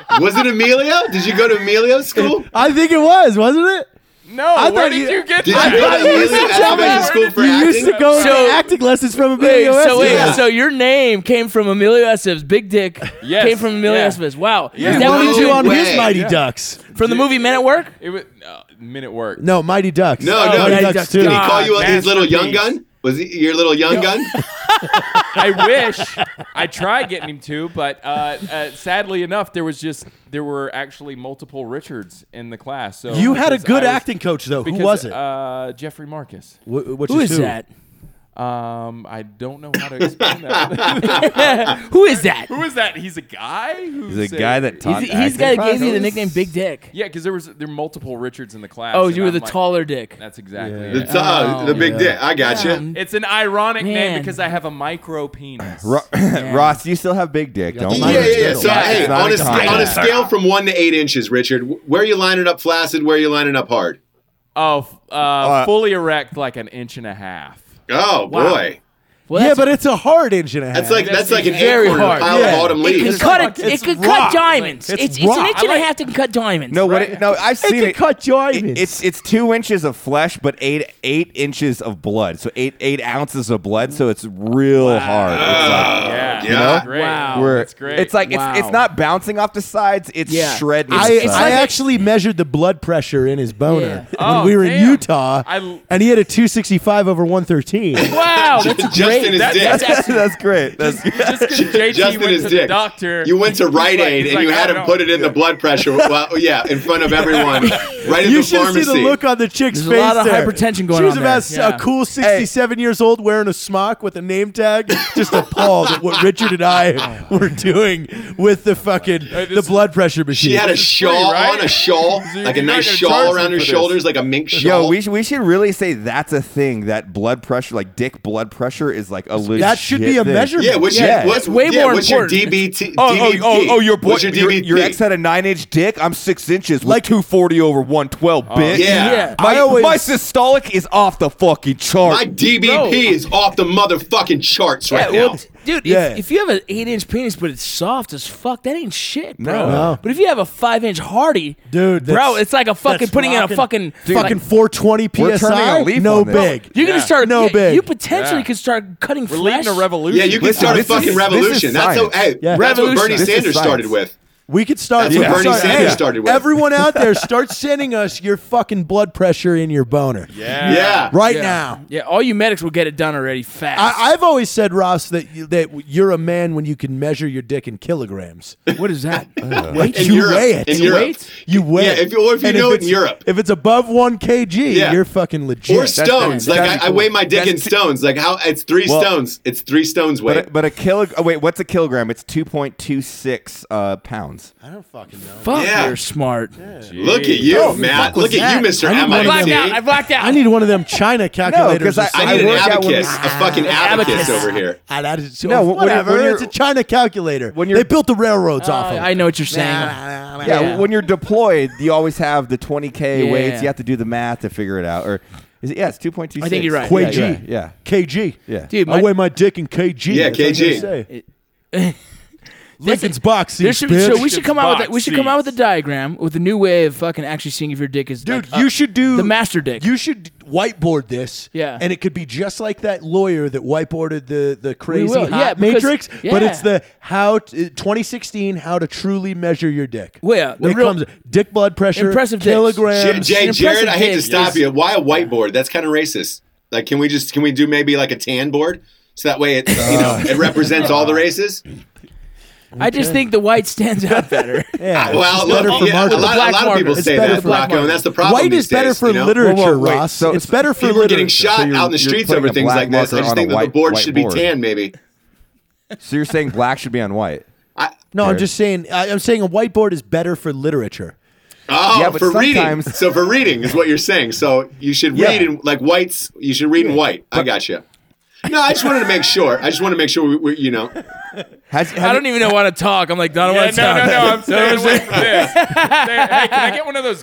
F: there-
C: Was it Emilio? Did you go to Emilio's school?
B: I think it was, wasn't it?
F: no,
B: I
F: where
B: thought
F: did
B: you-
F: you, get
C: Did
F: that?
C: you go to
B: thought you used
C: Emilio
B: to tell me-
C: Estevez's school for
B: you
C: acting?
B: used to go
D: So-
B: to acting lessons from
D: Wait,
B: Emilio
D: so wait,
B: Estevez.
C: Yeah.
D: so your name came from Emilio Estevez, Big Dick,
F: Yes.
D: came from Emilio
F: Yeah.
D: Estevez. Wow,
F: Yeah.
D: is that
C: Wow.
D: what
B: What
D: he
B: did
D: did
B: you
C: No
B: on his
C: way.
B: Mighty Ducks?
D: from the movie Men at Work?
F: It was uh, minute work.
B: No, Mighty Ducks. Oh,
C: No, no,
B: Mighty
C: Mighty
B: Ducks,
D: Ducks,
B: too.
C: Did he
D: God.
C: call you on his little young
F: masterpiece.
C: gun? Was he your little young gun?
F: I wish I tried getting him to, but uh, uh, sadly enough, there was just there were actually multiple Richards in the class. So
B: You had a
F: because
B: good
F: I was-
B: acting coach though.
F: because,
B: Who was it?
F: Uh, Jeffrey Marcus.
B: Wh- which
D: Who is that?
F: Um, I don't know how to explain that.
D: [LAUGHS]
F: [LAUGHS]
D: Who is that?
F: Who is that? He's a guy. Who's
E: He's a guy that taught.
D: He's, he's got gave you the nickname Big Dick.
F: Yeah, because there was there were multiple Richards in the class.
D: Oh,
F: and
D: you were
F: I'm
D: the
F: like,
D: taller dick.
F: That's exactly. it.
C: It's, uh, the big dick. I got gotcha. you.
F: It's an ironic
D: Man.
F: name because I have a micro penis. [LAUGHS]
E: Ro- [LAUGHS] Ross, you still have big dick. Don't
C: Yeah,
E: mind
C: yeah,
E: it.
C: yeah. So,
E: Yeah, it's
C: hey,
E: not
C: on a,
E: contest.
C: sca- on a scale from one to eight inches, Richard, wh- where are you lining up flaccid? Where are you lining up hard?
F: Oh, f- uh, fully erect, like an inch and a half.
C: Oh
D: Wow.
C: boy,
D: Well,
B: Yeah,
D: that's-
B: but it's a hard inch and a half.
C: that's like that's,
F: That's
C: like an
D: very
C: acorn in a
D: hard.
C: pile
B: Yeah.
C: of autumn
D: it
C: leaves.
D: could cut it. It
B: it's
D: could cut
B: rock.
D: diamonds.
B: It's
D: It's, it's,
B: rock.
D: an inch and a half that can cut diamonds.
E: No, what? It, no, I've
B: it
E: seen
B: can
E: it.
B: cut
E: It-
B: diamonds.
E: It's it's two inches of flesh, but eight eight inches of blood. So eight eight ounces of blood. So it's real hard. It's
C: Uh,
E: like-
F: yeah.
C: You know?
F: Great.
D: Wow.
E: We're-
F: That's great.
E: It's like
D: Wow.
E: it's, it's not bouncing off the sides. It's
D: Yeah.
E: shredding.
B: I,
E: the sides. [LAUGHS]
B: I actually measured the blood pressure in his boner
D: Yeah.
B: [LAUGHS] when
F: Oh,
B: we were in
F: damn.
B: Utah,
F: I-
B: and he had a 265 over 113.
F: [LAUGHS]
C: [LAUGHS]
D: Wow, that's
C: [LAUGHS] Just
D: great.
C: in his
D: That-
C: dick.
D: that's actually-
E: that's great. That's
F: just because JT
C: Justin
F: went
C: is
F: to the
C: dick.
F: doctor.
C: You went to Rite
F: like-
C: Aid
F: he's
C: and you
F: like,
C: had
F: I
C: him
F: don't-
C: put it in the blood pressure. Well, yeah, in front of
F: [LAUGHS]
C: everyone, right at
B: you
C: the
B: should
C: pharmacy.
B: see the look on the chick's
D: There's a
B: face.
D: lot of
B: there.
D: hypertension going
B: She was
D: on
B: about
D: there.
B: s-
D: Yeah.
B: a cool 67 years old, wearing a smock with a name tag, just appalled at what Richard
C: [LAUGHS]
B: and I were doing with the fucking the
F: this-
B: blood pressure machine.
C: she had a
F: is
C: shawl
F: free, right?
C: on, a
F: [LAUGHS]
C: shawl,
F: So
C: like a
F: you're not
C: nice
F: gonna charge
C: shawl
F: him
C: around her
F: for this.
C: shoulders, like a mink shawl.
E: [LAUGHS] Yo, we, sh- we should really say that's a thing. That blood pressure, like dick blood pressure, is like a legit.
B: that should be a
E: thing.
B: measurement.
C: yeah, what's
E: Yeah.
C: your what's
D: It's way
C: yeah,
D: more
C: what's
D: important.
C: your DBT?
E: Oh, oh, oh, oh, your boy,
C: what's your
E: your,
C: DBT?
E: your ex had a nine-inch dick. I'm six inches, like Oh, two forty over one twelve, bitch.
C: yeah.
D: Yeah.
E: my,
B: I always-
E: my systolic is off the fucking chart.
C: My DBP
D: Bro.
C: is off the motherfucking charts right
D: Yeah, well,
C: now.
D: dude,
B: Yeah.
D: if, if you have an eight-inch penis but it's soft as fuck, that ain't shit, bro.
B: No.
D: But if you have a five-inch Hardy,
B: Dude,
D: bro,
B: that's-
D: it's like a fucking
B: that's
D: putting in a
B: rocking-
D: fucking like-
B: fucking 420 psi.
E: We're turning a leaf
B: no
E: on this.
B: big.
D: You're gonna
F: Yeah.
D: start
B: No
D: you,
B: big.
D: You potentially
F: Yeah.
D: could start cutting
F: We're
D: flesh.
F: leading a revolution.
C: Yeah, you can
E: Listen,
C: start a
E: this is-
C: fucking
E: this is
C: revolution. That's how,
E: science.
C: hey,
B: Yeah.
C: that's what
D: Revolution.
C: Bernie
E: This is
C: Sanders
E: science.
C: started with.
B: We could start.
C: That's
B: we
C: what
B: could
C: Bernie
B: start-
C: Sanders started with.
B: Everyone
C: [LAUGHS]
B: out there, start sending us your fucking blood pressure in your boner
F: Yeah.
C: Yeah.
B: right
D: yeah.
B: now.
D: Yeah, all you medics will get it done already fast.
B: I, I've always said, Ross, that you, that you're a man when you can measure your dick
C: [LAUGHS]
B: in kilograms.
D: what is
B: [LAUGHS]
D: that?
B: Wait,
C: In
B: you
C: Europe.
B: weigh it.
C: In
B: you
C: Europe.
B: weigh it. You weigh
C: Yeah,
B: it.
C: if you- or if you
B: And
C: know it in
B: it's-
C: Europe.
B: If it's above one kg,
C: Yeah.
B: you're fucking legit.
C: Or stones. Like
E: that'd
C: I,
E: be
C: I
E: cool.
C: weigh my dick
E: That's
C: in
E: t-
C: stones. Like how it's three
E: Well-
C: stones. It's three stones weight.
E: But a, but a kilo. Oh, wait, what's a kilogram? It's two point two six uh, pounds.
B: I don't fucking know.
D: Fuck,
C: Yeah.
D: you're smart.
C: Look at you,
B: Oh, fuck
C: Matt. Look
B: was
C: at you,
B: that?
C: Mr.
B: I need
D: I
B: one of
D: blacked
B: them.
D: out. I
C: MIT.
D: blacked out.
B: I need one of them China calculators.
E: No, 'cause
B: or
E: I-
C: I
B: something.
C: need an
E: work out with-
C: abacus, a fucking
D: Abacus.
C: abacus over here.
B: [LAUGHS] Ah, that is
E: No, when you're-
B: whatever.
E: when you're-
B: it's a China calculator.
E: when
B: they
E: you're- Oh,
B: built the railroads off of.
D: I know what you're saying.
E: Yeah,
D: Yeah.
E: when you're deployed, you always have the 20k
D: Yeah.
E: weights. You have to do the math to figure it out. Or is it? Yeah, it's 2.26.
D: I think you're right.
E: Yeah,
B: Quay G.
E: yeah, yeah.
B: KG.
E: Yeah.
D: Dude,
B: I
D: my-
B: weigh my dick in KG.
C: Yeah,
B: that's what I was gonna
C: KG.
B: say.
E: [LAUGHS]
D: That's
B: Lincoln's
D: it.
B: box
D: There
B: seats,
D: should, be- so
B: bitch.
D: we should come out with a, we should come out
F: Box
D: with a diagram with a new way of fucking actually seeing if your dick is
B: Dude,
D: like,
B: you
D: up.
B: should do
D: the master dick.
B: You should whiteboard this.
D: Yeah.
B: and it could be just like that lawyer that whiteboarded the the crazy
D: will,
B: hot
D: yeah, because-
B: matrix. But
D: yeah.
B: it's the how t- 2016 how to truly measure your dick.
D: Well, yeah, the
B: it
D: real-
B: comes dick blood pressure,
D: Impressive dicks.
C: J-
B: kilograms.
C: Jay,
D: Impressive
C: Jared, I hate to
D: dick
C: stop
D: is-
C: you. Why a whiteboard? That's kind of racist. Like, can we just can we do maybe like a tan board so that way it you know it represents all the races?
D: I just think the white stands
B: [LAUGHS]
D: out better.
B: Yeah,
C: Well,
B: it's
C: look,
B: better for
C: yeah, a
B: marketing.
C: lot, a
D: Black
C: lot of people
D: market.
C: say
B: It's better
C: that,
B: for
C: Rocco,
B: market.
C: and that's the problem.
B: White
C: these
B: is better
C: days,
B: for
C: you know?
B: literature,
E: Well, wait,
B: Ross.
E: so-
B: it's
E: so
B: better for
C: People are
B: literature.
C: getting shot
E: you're-
C: out in the
E: you're
C: streets
E: putting
C: over
E: a
C: things
E: black
C: like this. I
E: marker
C: just
E: on
C: think
E: a
C: that the
E: white-
C: board
E: white
C: should be
E: board.
C: tan, maybe.
E: So you're saying black should be on white?
C: I,
B: No, I'm
E: Jared.
B: just saying. I, I'm saying a whiteboard is better for literature.
C: oh,
E: Yeah, but
C: for reading.
E: sometimes-
C: So for reading is what you're saying. So you should
E: Yeah.
C: read in like whites. You should read in white. I got you. No, I just wanted to make sure. I just want to make sure we, we you know.
E: Has, have
D: I
E: you-
D: don't even know want to talk. I'm like, I don't
F: Yeah,
D: want to
F: no,
D: talk.
F: no, no. I'm
D: You know
F: staying
D: what
F: away from this. Stay- hey, can I get one of those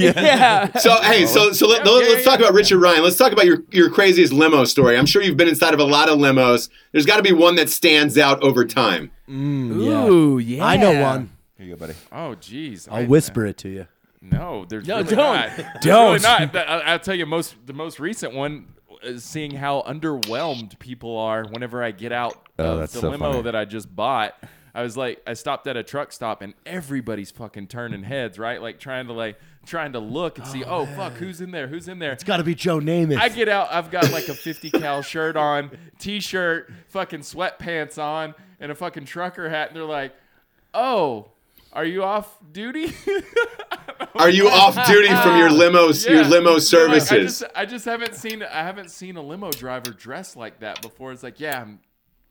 D: [LAUGHS] Yeah.
C: So
E: [LAUGHS]
C: hey, so so let,
F: yeah,
C: us
F: yeah.
C: talk about Richard Ryan. Let's talk about your your craziest limo story. I'm sure you've been inside of a lot of limos. There's got to be one that stands out over time.
D: Ooh, yeah.
B: I know one.
D: e-
E: Here you go, buddy.
F: Oh, jeez.
B: I'll whisper it to you.
F: No, there's
D: No,
F: really
D: don't. [LAUGHS]
F: not. There's
D: Don't.
F: really not. That- I- I'll tell you, most the most recent one is seeing how underwhelmed people are whenever I get out
E: Oh,
F: of
E: that's
F: the
E: so
F: limo
E: funny.
F: that I just bought. I was like, I stopped at a truck stop and everybody's fucking turning heads, right? Like trying to like trying to look and see, oh fuck, who's in there? Who's in there?
B: Got to be Joe Namath.
F: I get out. I've got like a 50 cal shirt on, t-shirt, fucking sweatpants on, and a fucking trucker hat, and they're like, "Oh, are you off duty?" [LAUGHS]
D: [LAUGHS]
C: Are you off duty from your limos your
F: Yeah.
C: limo
F: They're like, I
C: services?
F: just, I just haven't seen I haven't seen a limo driver dressed like that before. It's like, yeah, I'm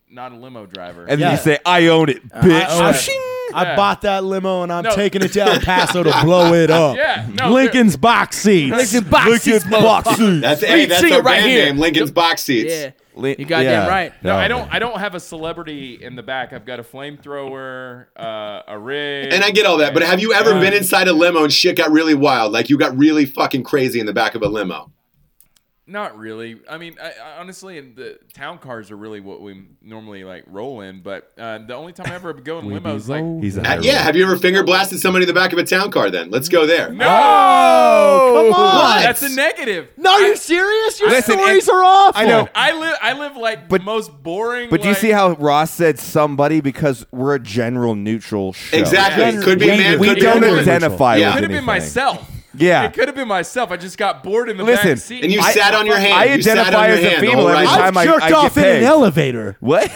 F: not a limo driver.
E: And
B: Yeah.
E: then you say, "I own it,
D: Uh-huh.
E: bitch."
B: I, I bought that limo and I'm
F: No.
B: taking it to El Paso to blow it up.
F: Yeah, no,
B: Lincoln's box seats.
D: Lincoln's box seats,
B: box seats.
C: that's
D: Wait,
C: hey, that's
D: see
C: our
D: it right
C: brand
D: here.
C: name, Lincoln's box seats.
D: Yeah.
E: Li-
D: You goddamn
E: yeah.
D: right.
F: no, I don't. I don't have a celebrity in the back. I've got a flamethrower, uh, a rig,
C: And I get all that, but have you ever been inside a limo and shit got really wild? Like you got really fucking crazy in the back of a limo.
F: Not really. I mean, I, I honestly, and the town cars are really what we normally like roll in. But uh, the only time I ever go
E: [LAUGHS]
F: in limo is like,
E: He's a
C: Uh,
E: high
C: yeah,
E: roller.
C: have you ever finger blasted somebody in the back of a town car? Then let's go there.
F: no,
B: Oh, Come on.
F: that's a negative.
B: No,
F: I,
B: you serious? Your
E: Oh, Listen,
B: stories
E: it-
B: are awful.
E: I know.
F: I live. I live like
E: But-
F: the most boring.
E: But do you
F: like-
E: see how Ross said somebody because we're a general neutral show?
C: Exactly.
B: Yeah.
C: Could be
B: We-
C: man.
E: We
C: could be
E: don't
C: woman.
E: identify
C: Yeah.
E: with
F: Could have
E: anything.
F: been myself.
E: Yeah.
F: It could have been myself. I just got bored in the
E: Listen,
F: back seat.
C: And you
E: I-
C: sat on your hand.
E: I
C: You sat on
E: identify
C: your
E: as a
C: hand the
E: female
C: whole
E: every
C: ride.
E: time.
B: I've
E: I- I
B: jerked
E: get
B: off in an
E: paid.
B: elevator.
E: What?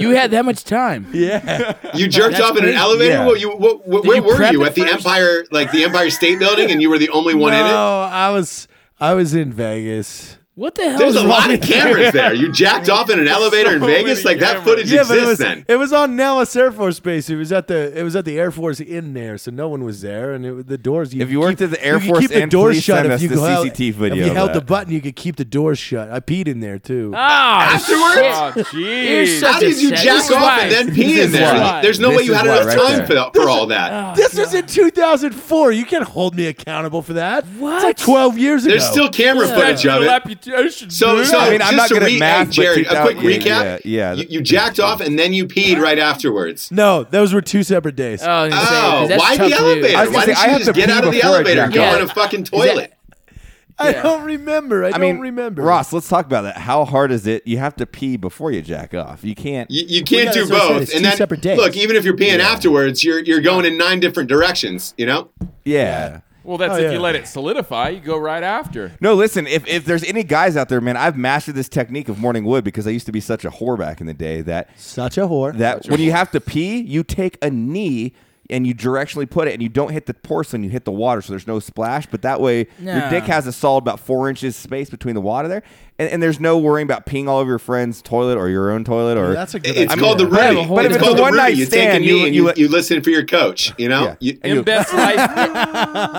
D: You had that much time.
C: You jerked off in an
D: crazy.
C: elevator.
E: Yeah.
C: Well, you, what, what, where
D: you
C: were
D: prep
C: you
D: it
C: at the
D: first?
C: Empire, like the Empire State Building, and you were the only one
B: no,
C: in it?
B: I was I was in Vegas.
D: What the hell?
C: There's a
D: is
C: lot
D: wrong
C: of
D: with you?
C: cameras there. You jacked off in an elevator in
F: So
C: Vegas,
F: many
C: like that
F: cameras.
C: footage
B: it was
C: exists. Then
B: it was on Nellis Air Force Base. It was at the it was at the Air Force Inn there, so no one was there, and it, the doors. You
E: If you
B: could
E: worked at the Air
B: you could
E: Force
B: keep the
E: Inn,
B: doors
E: please
B: shut.
E: send
B: if
E: us
B: you
E: the
B: go out-
E: CCTV video
B: if you
E: of
B: held the
E: that.
B: button, you could keep the doors shut. I peed in there too.
D: Ah,
F: Oh,
D: You're
F: jeez.
D: such
C: how did you
D: a sad-
C: jack
D: This is
C: off
D: why.
C: and then pee in
E: is
C: there?
E: why.
C: There's no
E: This
C: way you
E: is
C: had
E: why
C: enough
E: right
C: time
E: there.
C: for, that, for all that.
B: this was in 2004. You can't hold me accountable for that. It's like
D: What?
B: 12 years ago.
C: There's still camera footage of it.
F: reputation.
C: So,
F: dude.
C: so
E: I mean, I'm
C: just
E: not
C: to
E: good at
C: re-
E: math,
C: hey,
E: but
C: Jared, a quick
E: 2000
C: recap.
E: yeah, yeah, yeah.
C: You, you jacked off and then you peed right afterwards.
B: no. Those were two separate days.
D: Oh, insane, 'cause
C: Oh,
D: that's
C: why
D: tough
C: the
D: to do.
C: elevator?
E: I was
C: Why
E: gonna
C: did
E: say, I
C: you
E: have
C: just
E: to
C: get
E: pee
C: out of the
E: before I
C: elevator and
E: jack
D: off.
C: go in a fucking
D: Is that-
C: toilet?
B: I
D: yeah.
B: don't remember. I,
E: I mean,
B: don't remember.
E: Ross, let's talk about that. How hard is it? You have to pee before you jack off. You can't.
C: You, you can't
B: yeah,
C: do
B: that's what I said,
C: both.
B: it's
C: and
B: two
C: then
B: separate days.
C: look, even if you're peeing afterwards, you're you're going in nine different directions. You know,
E: yeah.
F: well, that's
B: Oh,
F: if
B: yeah.
F: you let it solidify. You go right after.
E: No, listen. If, if there's any guys out there, man, I've mastered this technique of morning wood because I used to be such a whore back in the day that
B: Such a whore.
E: that when you have to pee, you take a knee and you directionally put it, and you don't hit the porcelain, you hit the water, so there's no splash. But that way, your
D: Nah.
E: dick has a solid about four inches space between the water there, and, and there's no worrying about peeing all over your friend's toilet or your own toilet. Or
B: that's a good
C: it's
B: idea.
C: called the
E: But-
C: Rudy.
D: but if
C: it's
D: it's a
C: called the
E: one-night
C: Rudy. You take a
E: stand,
C: knee
E: you-
C: and
E: you
C: you,
E: let-
C: you listen for your coach. You know,
E: Yeah.
C: You-
E: And you-
F: In best life.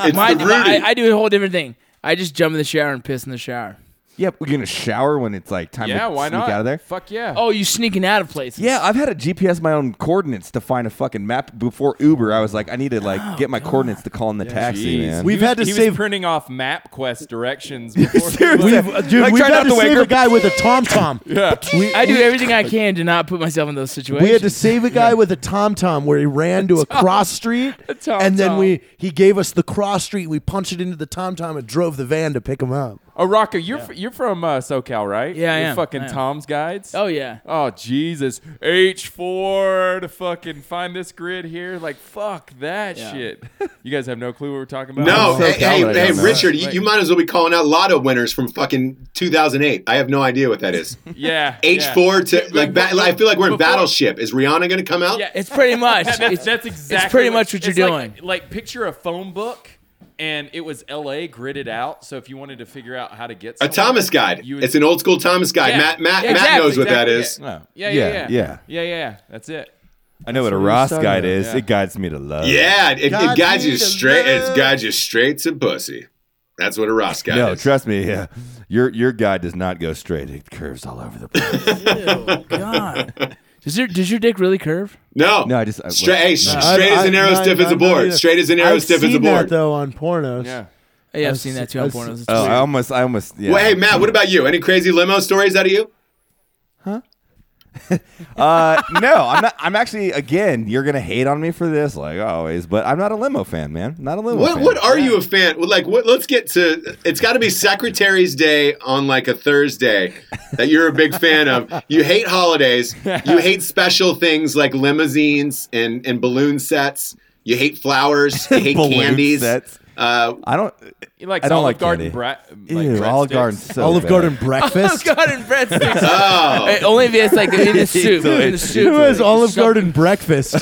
C: it's
D: My,
C: the Rudy.
D: I, I do a whole different thing. I just jump in the shower and piss in the shower.
E: Yep, we're gonna shower when it's like time
F: yeah,
E: to
F: why
E: sneak
F: not?
E: out of there.
F: Fuck yeah.
D: Oh, you sneaking out of places?
E: Yeah, I've had a GPS my own coordinates to find a fucking map before Uber. I was like, I need to like get my coordinates to call in the taxi,
F: Jeez.
E: man.
B: We've
F: He was-
B: had to
F: he
B: save-
F: was printing off MapQuest directions.
E: [LAUGHS]
F: Before
E: Seriously.
F: We've-
B: Uh, dude,
E: Like,
B: we've
E: try
B: had
E: not
B: to
E: to wake
B: save a
E: up.
B: guy with a tom tom.
F: Yeah.
B: We,
D: I do
B: we-
D: everything I can to not put myself in those situations.
B: We had to save a guy with a tom tom where he ran to a cross street,
D: tom-tom.
B: and then we he gave us the cross street. We punched it into the tom tom and drove the van to pick him up.
F: Oh, Rocco, you're f- you're from uh, SoCal, right?
D: Yeah, I
F: you're
D: am.
F: Fucking
D: I am.
F: Tom's Guides.
D: Oh yeah.
F: Oh Jesus, H four to fucking find this grid here. Like fuck that
D: Yeah.
F: shell. shit. [LAUGHS] You guys have no clue what we're talking about.
C: no,
E: so
C: hey, hey,
E: talented,
C: hey,
E: man.
C: Richard, you, you might as well be calling out lotto winners from fucking 2008. I have no idea what that is.
F: yeah,
C: H
F: yeah.
C: four to like, ba- I feel like we're in
F: Before-
C: Battleship. Is Rihanna going to come out?
F: Yeah,
D: It's
F: [LAUGHS]
D: pretty much.
F: That- that's,
D: it's,
F: that's exactly.
D: It's pretty much what you're
F: it's like-
D: doing.
F: [LAUGHS] Like, picture a phone book, and it was L.A. gridded out. So if you wanted to figure out how to get
C: A
F: somewhere,
C: Thomas guide.
F: you would-
C: It's an old school Thomas guide.
F: [LAUGHS] Yeah.
C: Matt, Matt,
F: Yeah,
C: Matt
F: exactly,
C: knows what
F: exactly,
C: that is.
E: No.
F: Yeah,
E: [LAUGHS]
F: yeah,
E: Yeah,
F: yeah,
E: yeah.
F: yeah, yeah, yeah. That's it.
E: I know what a
F: what he was
E: Ross
F: talking
E: guide
F: about,
E: is.
F: yeah.
E: It guides me to love.
C: Yeah, it, it
B: Guides
C: guides
B: me
C: you
B: to
C: straight. It
B: love.
C: guides you straight to pussy. That's what a Ross guy
E: No,
C: is.
E: trust me. Yeah, your your guy does not go straight. It curves all over the place.
D: Ew, God. Does your does your dick really curve?
C: no,
E: No, I just- I-
C: straight, hey, sh-
B: I-
C: straight as an
B: I-
C: arrow,
B: no,
C: stiff
B: no,
C: as a
B: no,
C: board.
B: yeah.
C: straight as an arrow,
B: I've
C: stiff as a
B: seen that,
C: board.
B: though on pornos.
F: Yeah.
D: Yeah, I've,
B: I've
D: seen
B: se-
D: that too on
B: I've
D: pornos.
B: se-
D: It's [LAUGHS]
E: [LAUGHS] oh, I
D: weird.
E: almost, I almost. Yeah.
C: Well, hey, Matt, what about you? Any crazy limo stories out of you?
E: Uh, no, I'm not. I'm actually. Again, you're gonna hate on me for this, like always. But I'm not a limo fan, man. Not a limo.
C: What
E: fan.
C: what are you a fan? Well, like what? Let's get to. It's got to be Secretary's Day on like a Thursday that you're a big fan of. You hate holidays. You
E: [LAUGHS]
C: hate special things like limousines and and balloon sets. You hate flowers. You hate
E: Balloon
C: candies.
E: sets.
C: Uh,
E: I don't.
F: You like
E: I don't
F: Olive
E: like
F: Garden
E: candy.
F: brat. Like
E: Ew, Olive
F: breadsticks.
E: Garden. So
B: Olive
E: bad.
B: Garden
D: Olive
B: breakfast.
D: Garden breadsticks.
C: oh,
D: Hey, only if it's like in the soup.
E: So
D: in the
E: it's-
D: soup.
B: Who has
D: You
B: Olive
D: suck-
C: [LAUGHS]
B: Garden breakfast?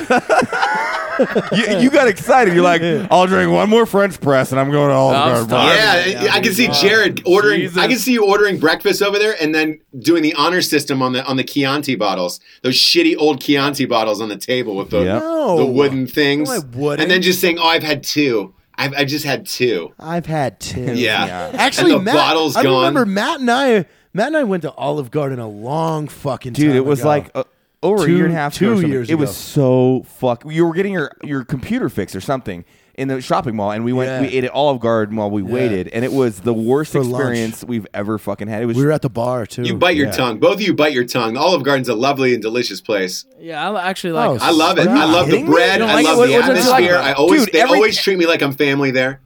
E: [LAUGHS] You, you got excited. You're like, I'll drink one more French press, and I'm going to Olive
F: I'm
E: Garden.
F: starving.
C: yeah, I- I can see Jared ordering. I can see you ordering breakfast over there, and then doing the honor system on the on the Chianti bottles, those shitty old Chianti bottles on the table with the
E: Yep.
B: No.
C: the wooden things,
B: No, I wouldn't.
C: and then just saying, "Oh, I've had two. I've I just had two.
B: I've had two.
C: Yeah,
B: Actually,
C: and the
B: Matt,
C: bottle's
B: I
C: gone.
B: remember Matt and I. Matt and I went to Olive Garden a long fucking time.
E: dude it was
B: ago.
E: like uh, over
B: Two-
E: a year and a half
B: two
E: ago or something.
B: years
E: it was
B: ago.
E: so fuck you were getting your your computer fixed or something in the shopping mall and we went
B: Yeah.
E: we ate at olive garden while we waited and it was the worst
B: For lunch.
E: experience we've ever fucking had it was
B: we were at the bar too.
C: you bite your
E: Yeah.
C: tongue. Both of you bite your tongue. The Olive Garden's a lovely and delicious place.
D: Yeah, I actually like.
B: Oh,
C: I love it.
B: Are you
C: I love the
E: kidding me?
C: bread.
E: You don't
C: I
E: like it?
C: love
E: What-
C: the
E: what don't you like
C: atmosphere.
E: about it?
C: I always
E: Dude,
C: they
E: every- Oh
C: always treat me like I'm family there.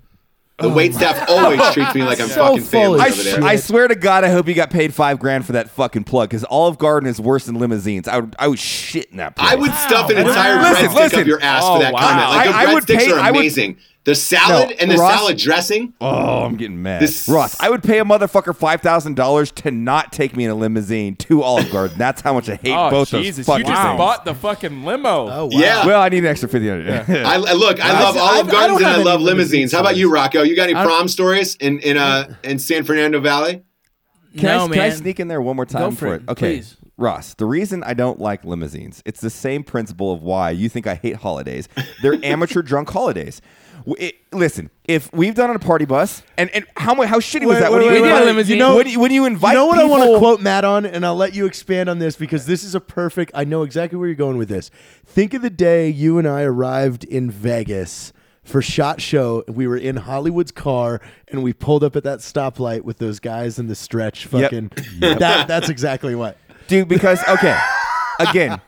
C: The wait staff always treats me like I'm
B: So
C: fucking family
B: full
E: I,
B: of
C: over
E: s-
C: there.
B: shit.
E: I swear to God, I hope you got paid five grand for that fucking plug because Olive Garden is worse than limousines. I would, I would shit in that place.
C: I would stuff an
D: Wow.
C: entire
E: Listen,
C: breadstick
E: listen.
C: up your ass
F: Oh,
C: for that
F: wow.
C: comment. Like the
E: I- I would
C: breadsticks
E: pay-
C: are
E: I would-
C: amazing. the salad
E: No,
C: and the
E: Ross-
C: salad dressing.
E: Oh, I'm getting mad.
C: This-
E: Ross, I would pay a motherfucker five thousand dollars to not take me in a limousine to Olive Garden. That's how much I hate
F: Oh
E: both
F: Jesus!
E: those fucking
F: you just
E: things.
F: bought the fucking limo.
B: oh wow.
C: Yeah.
E: Well, I need an extra fifty. [LAUGHS] Yeah.
C: [LAUGHS] I, I- look. I love
B: I-
C: Olive
B: I
C: Gardens
B: don't
C: and I
B: have any
C: love limousines.
B: limousine
C: How about you, Rocco? You got any
D: I don't-
C: prom stories in in uh in San Fernando Valley?
D: it.
E: Can,
D: no
E: I,
D: man.
E: can I sneak in there one more time
D: Go for it,
E: Okay.
D: please.
E: Ross, the reason I don't like limousines, it's the same principle of why you think I hate holidays. [LAUGHS] They're amateur drunk holidays. W- It, listen, if we've done on a party bus, and, and how mu- how shitty was
B: Wait,
E: that?
B: wait,
E: when
B: wait,
E: you
D: wait,
E: invite,
D: wait. You
E: you
D: know-
E: know, when, you- when you invite
B: You know what I want to
E: people-
B: quote Matt on, and I'll let you expand on this because this is a perfect. I know exactly where you're going with this. Think of the day you and I arrived in Vegas for Shot Show. We were in Hollywood's car, and we pulled up at that stoplight with those guys in the stretch. Fucking, That, that's exactly what.
E: dude because okay again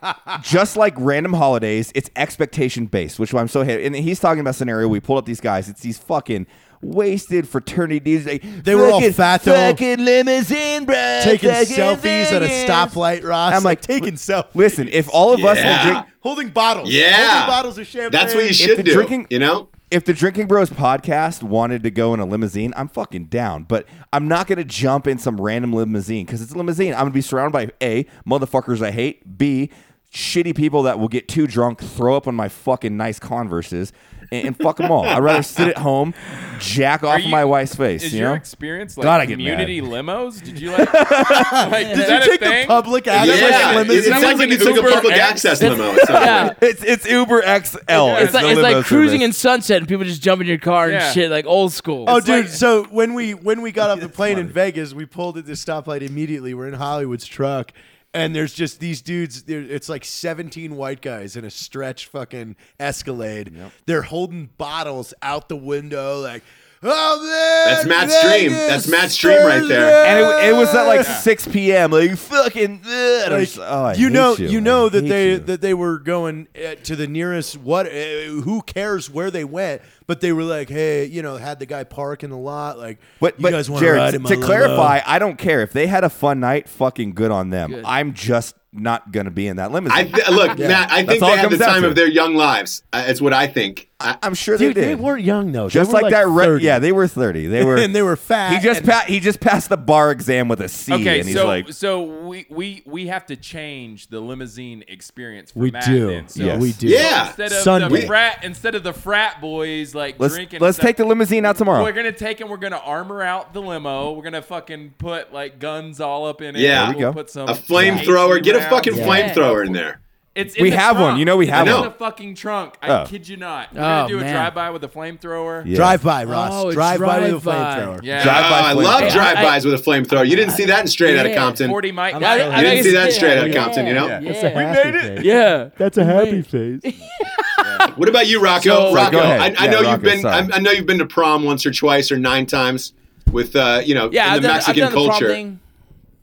E: just like random holidays it's expectation based which i'm so happy and he's talking about scenario we pull up these guys it's these fucking wasted fraternity dudes they,
B: They were all
E: fucking-
B: fat, though.
E: fucking limousine bro
B: Taking
E: fucking
B: selfies at a
E: Vegas.
B: stoplight, Ross.
E: I'm like,
B: taking selfies,
E: listen if all of us
C: Yeah.
E: will drink
B: holding bottles,
C: Yeah.
B: holding bottles of champagne.
C: That's what you
E: the
C: should do.
E: drinking-
C: you know.
E: if the Drinking Bros podcast wanted to go in a limousine, I'm fucking down. But I'm not gonna jump in some random limousine because it's a limousine. I'm gonna be surrounded by a motherfuckers I hate. B shitty people that will get too drunk, throw up on my fucking nice Converses, and, and fuck them all. I'd rather sit at home, jack off
F: Are you-
E: my wife's face.
F: Is
E: you
F: your
E: know?
F: experience like
E: God, I get
F: community limos? Did you like? like is that a
B: Take the
F: thing?
B: public out of
C: Yeah, it,
B: limousine.
C: it sounds like you took a public access limo. It sounds like.
D: yeah.
E: It's it's Uber XL.
D: It's like,
E: the
D: it's
E: limo
D: like cruising
E: service.
D: in sunset and people just jump in your car and
F: Yeah.
D: shit like old school.
B: Oh, dude! so when we when
C: [LAUGHS]
B: we got off the plane in Vegas, we pulled at this stoplight immediately. We're in Hollywood's truck, and there's just these dudes. there- It's like 17 white guys in a stretch fucking Escalade. They're holding bottles out the window, like. Oh, man,
C: That's Matt's dream.
B: Vegas,
C: That's Matt's dream right there.
B: Thursday!"
E: and it, it was at like 6 p.m. Like fucking, ugh, and I'm
B: Like,
E: just- oh, I
B: you
E: hate
B: know,
E: you,
B: you, know
E: I
B: that
E: hate
B: they
E: you.
B: that they were going uh, to the nearest what? Uh, who cares where they went? But they were like, hey, you know, had the guy park in the lot. Like,
E: But,
B: you
E: but
B: guys want
E: Jared,
B: ride in my uh,
E: to
B: limo?"
E: clarify, I don't care if they had a fun night. Fucking good on them. I'm just not gonna be in that limousine.
C: I
E: [LAUGHS]
C: th- look, Matt. I think
E: all
C: they
E: it
C: had the
E: comes down
C: time
E: to.
C: of their young lives. Uh, it's what I think. I,
E: am sure
B: Dude,
E: they
B: they
E: did.
B: weren't young though. They
E: just
B: were,
E: like, that. Re-
B: 30.
E: yeah, they were 30.
B: [LAUGHS]
E: They were.
B: and they were fat.
E: he just
B: and-
E: pa- he just passed the bar exam with a C,
F: Okay,
E: and he's
F: so
E: like,
F: so we, we we have to change the limousine experience. For
B: We
F: Matt
B: do.
F: then. So
E: Yes.
B: We do.
C: yeah.
F: Instead of
B: Sunday.
F: the frat, instead of the frat boys like
E: "Let's
F: drinking.
E: let's
F: and
E: take the
F: stuff,
E: limousine out tomorrow."
F: We're gonna take and we're gonna armor out the limo. We're gonna fucking put like guns all up in it.
C: Yeah. There
E: we go.
F: Put some
C: A flamethrower. Get a
F: rounds.
C: fucking
D: Yeah.
C: flamethrower in there.
F: It's in
E: We
F: the
E: have one.
F: trunk.
E: You know we
F: It's
E: have
F: in
E: one.
F: the fucking trunk. I
E: Oh.
F: kid you not. We're
D: Oh,
F: gonna do a
D: man.
F: drive by with a flamethrower.
E: Yeah.
B: Drive by, Ross.
D: Oh, a
B: drive by with a
D: drive-by.
B: flamethrower.
F: Yeah.
E: Drive by
C: Oh, I love
E: flamethrower.
C: drive-bys with a flamethrower. You didn't see that in Straight Outta
D: Yeah.
C: Compton.
F: Forty mic.
D: I- I
F: I-
D: think
C: didn't
D: it's
C: see that
D: good.
C: straight out of
D: Yeah.
C: Compton, you know?
D: Yeah.
E: That's a happy face.
D: Yeah.
B: That's a
D: happy
B: face.
C: What about you, Rocco?
E: So-
C: Rocco,
E: Go ahead.
C: I, I
E: Yeah,
C: know
E: Rocco,
C: you've been. I,
E: sorry.
C: I know you've been to prom once or twice or nine times with uh, you know
D: Yeah,
C: in
D: I've
C: the
D: done,
C: Mexican
D: I've done
C: culture.
D: The prom thing.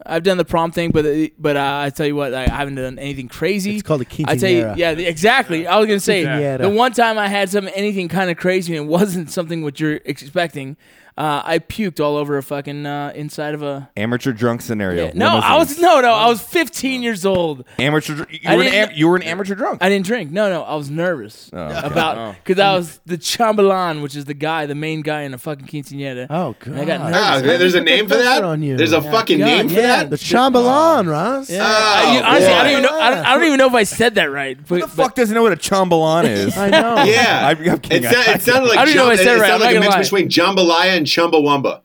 D: I've done the prom thing, but but uh, I tell you what, I haven't done anything crazy.
B: It's called a
D: I tell you,
B: quinceañera.
D: yeah, the- exactly. I was gonna say
B: Quinceañera.
D: the one time I had some anything kind of crazy and it wasn't something what you're expecting. Uh, I puked all over a fucking uh, inside of a.
E: Amateur drunk scenario.
D: No, I was
E: Limousines.
D: no, no. I was 15 years old.
E: amateur. dr- You
D: I
E: were, an
D: didn't-
E: am- you were an amateur drunk.
D: I didn't drink. No, no. I was
C: Oh,
D: nervous
E: okay.
D: about because I was the chambelan, which is the guy, the main guy in a fucking quinceañera.
B: Oh,
D: And I got
B: God.
D: nervous.
C: Ah,
B: How do you
C: there's a
B: put that
C: name for
B: pressure
C: that.
B: on you?
C: There's a fucking
D: God,
C: name for
D: yeah.
C: that.
B: The Chambalan, Ross.
D: Yeah. I-
C: Oh,
D: honestly, I
C: boy.
D: don't even know. I don't, I don't even know if I said that right. But,
E: Who the fuck doesn't know what a chambalon is?
B: [LAUGHS]
E: [LAUGHS]
B: I know.
C: Yeah,
E: I'm- I'm
C: it,
E: kidding.
C: sa- it sounded like
D: I don't know
C: jum-
D: what I
C: it,
D: said right,
C: sounded like
D: I'm
C: a
D: not
C: mix
D: gonna
C: between jambalaya and chumbawamba.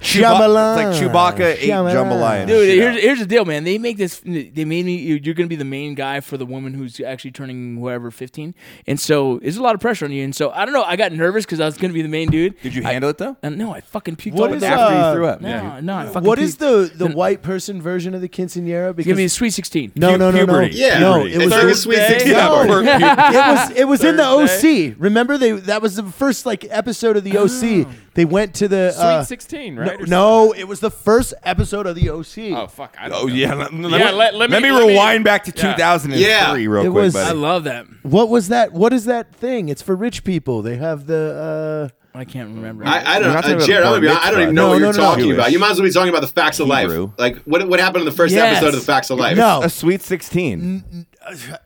B: Chambalan.
E: It's like Chewbacca ate jambalaya.
D: Dude,
E: shit
D: here's,
E: out.
D: here's the deal, man. They make this. They made me. you- You're gonna be the main guy for the woman who's actually turning whoever 15, and so there's a lot of pressure on you. And so I don't know. I got nervous because I was gonna be the main dude.
E: Did you handle it though?
D: And no, I fucking puked
B: What
D: all
B: is
D: the
B: that?
E: After
B: Uh,
E: you threw up.
D: No,
E: Yeah.
D: no, I fucking.
B: What is
D: puked.
B: the the white person version of the quinceanera? Because
D: Give me a sweet 16.
B: no, no, no, no,
E: puberty.
C: Yeah,
B: no.
E: Puberty.
B: It was
C: It's like a sweet
B: Thursday.
C: sixteen.
B: No.
E: we're-
F: [LAUGHS]
B: it was it was in the OC. Remember they that was the first like episode of the OC. They went to the uh,
F: Sweet sixteen,
B: no,
F: right? Or
B: no, it was the first episode of the OC.
F: something. Oh fuck. I don't
E: Oh
F: know.
E: yeah. Let, let
F: Yeah,
E: me,
F: let- let me- let me-
E: rewind back to
F: Yeah.
E: 2003
C: Yeah.
E: real
B: It
E: quick,
B: was-
D: I
E: buddy.
D: love that.
B: What was that? What is that thing? It's for rich people. They have the uh,
D: I can't remember.
C: I, I don't,
E: You're not talking
C: uh,
E: about
C: Jared.
E: the
C: I'm gonna be
E: bar
C: honest, I don't even
E: mitzvah.
C: know
B: No,
C: what
B: no,
C: you're
B: no.
C: talking about.
E: Jewish.
C: You might as well be talking about the facts of
E: Hebrew.
C: life. Like what what happened in the first
D: Yes.
C: episode of the facts of life? Ah,
B: No.
E: A sweet 16.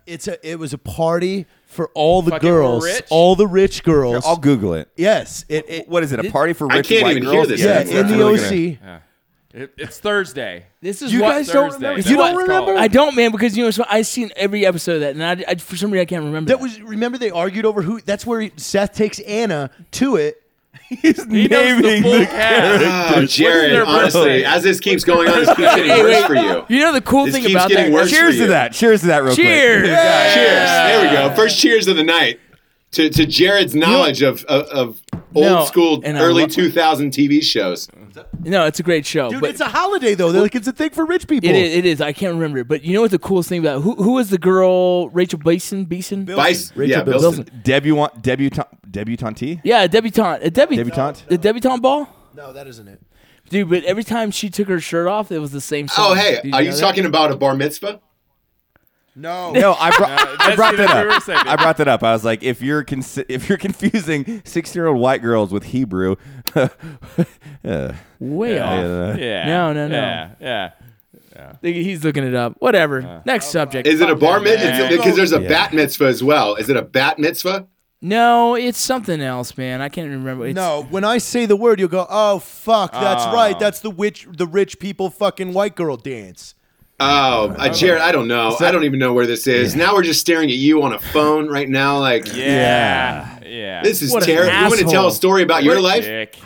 B: it's a it was a party for all the
F: Fucking
B: girls,
F: rich?
B: all the rich girls.
E: I'll Google it.
B: yes, it, it
E: What is it? A party for
C: I
E: rich
C: can't
E: white
C: even hear
E: girls?
C: this
B: yeah,
C: Yeah,
B: in
C: we're
B: the
E: really
B: OC.
E: gonna-
F: It, it's Thursday.
D: This is
B: You
D: what
B: guys don't
F: Thursday.
B: remember?
F: That's
B: You
F: what
B: don't
F: it's called.
B: remember?
D: I don't, man, because you know, so I've seen every episode of that, and I, I for some reason I can't remember.
B: That was remember they argued over who. That's where Seth takes Anna to it.
E: He's
F: He knows the
E: naming
F: full
E: the
F: cast.
C: Oh, Jared,
F: their
C: honestly,
F: birthday?
C: as this keeps going on, this
D: [LAUGHS]
C: keeps getting worse for you.
D: You know the cool
C: This
D: thing
C: keeps
D: about
C: getting
D: that.
C: worse. for
E: Cheers
C: you.
E: to that. Cheers to that real
D: Cheers.
C: Cheers.
E: quick.
C: There
D: [LAUGHS]
C: we go. First cheers of the night to, to Jared's knowledge of, of, of old
D: No,
C: school,
D: and I
C: early
D: lo-
C: 2000 TV shows.
D: No, it's a great show.
B: Dude,
D: but
B: it's a holiday though. They're like it's a thing for rich people.
D: It is, it is. I can't remember it, but you know what the coolest thing about who who was the girl Rachel Beeson Beeson?
C: Vice,
B: Rachel
C: yeah,
B: Bilson.
C: Bilson.
E: Debutant, debutant, debutante?
D: Yeah, a debutante. A debu-
E: Debutante?
D: The debutante ball.
B: No, that isn't it.
D: Dude, but every time she took her shirt off, it was the same song.
C: Oh, hey,
D: Did
C: are
D: know
C: you
D: that?
C: talking about a bar mitzvah?
B: [LAUGHS]
E: No, I
F: [LAUGHS]
E: brought, I
F: that's
E: brought that
F: what we were saying.
E: up. I brought that up. I was like, if you're cons- if you're [LAUGHS] confusing sixteen year old white girls with Hebrew, [LAUGHS] uh,
D: Way off.
F: Yeah.
D: No, no, no.
F: Yeah. Yeah.
D: Think He's looking it up. Whatever. Next subject.
C: Oh, Is it a bar
F: man.
C: mitzvah? Because there's a
E: Yeah.
C: bat mitzvah as well. Is it a bat mitzvah?
D: No, it's something else, man. I can't remember. It's,
B: No, when I say the word, you'll go, "Oh fuck,
E: Ah.
B: that's right. That's the witch, the rich people, fucking white girl dance."
C: Oh, uh, Jared, I don't know. I don't even know where this is. Now we're just staring at you on a phone right now. Like,
F: Yeah. Yeah.
C: this is
D: What an
C: terrible. You want to tell
D: asshole.
C: a story about your life?
F: Dick.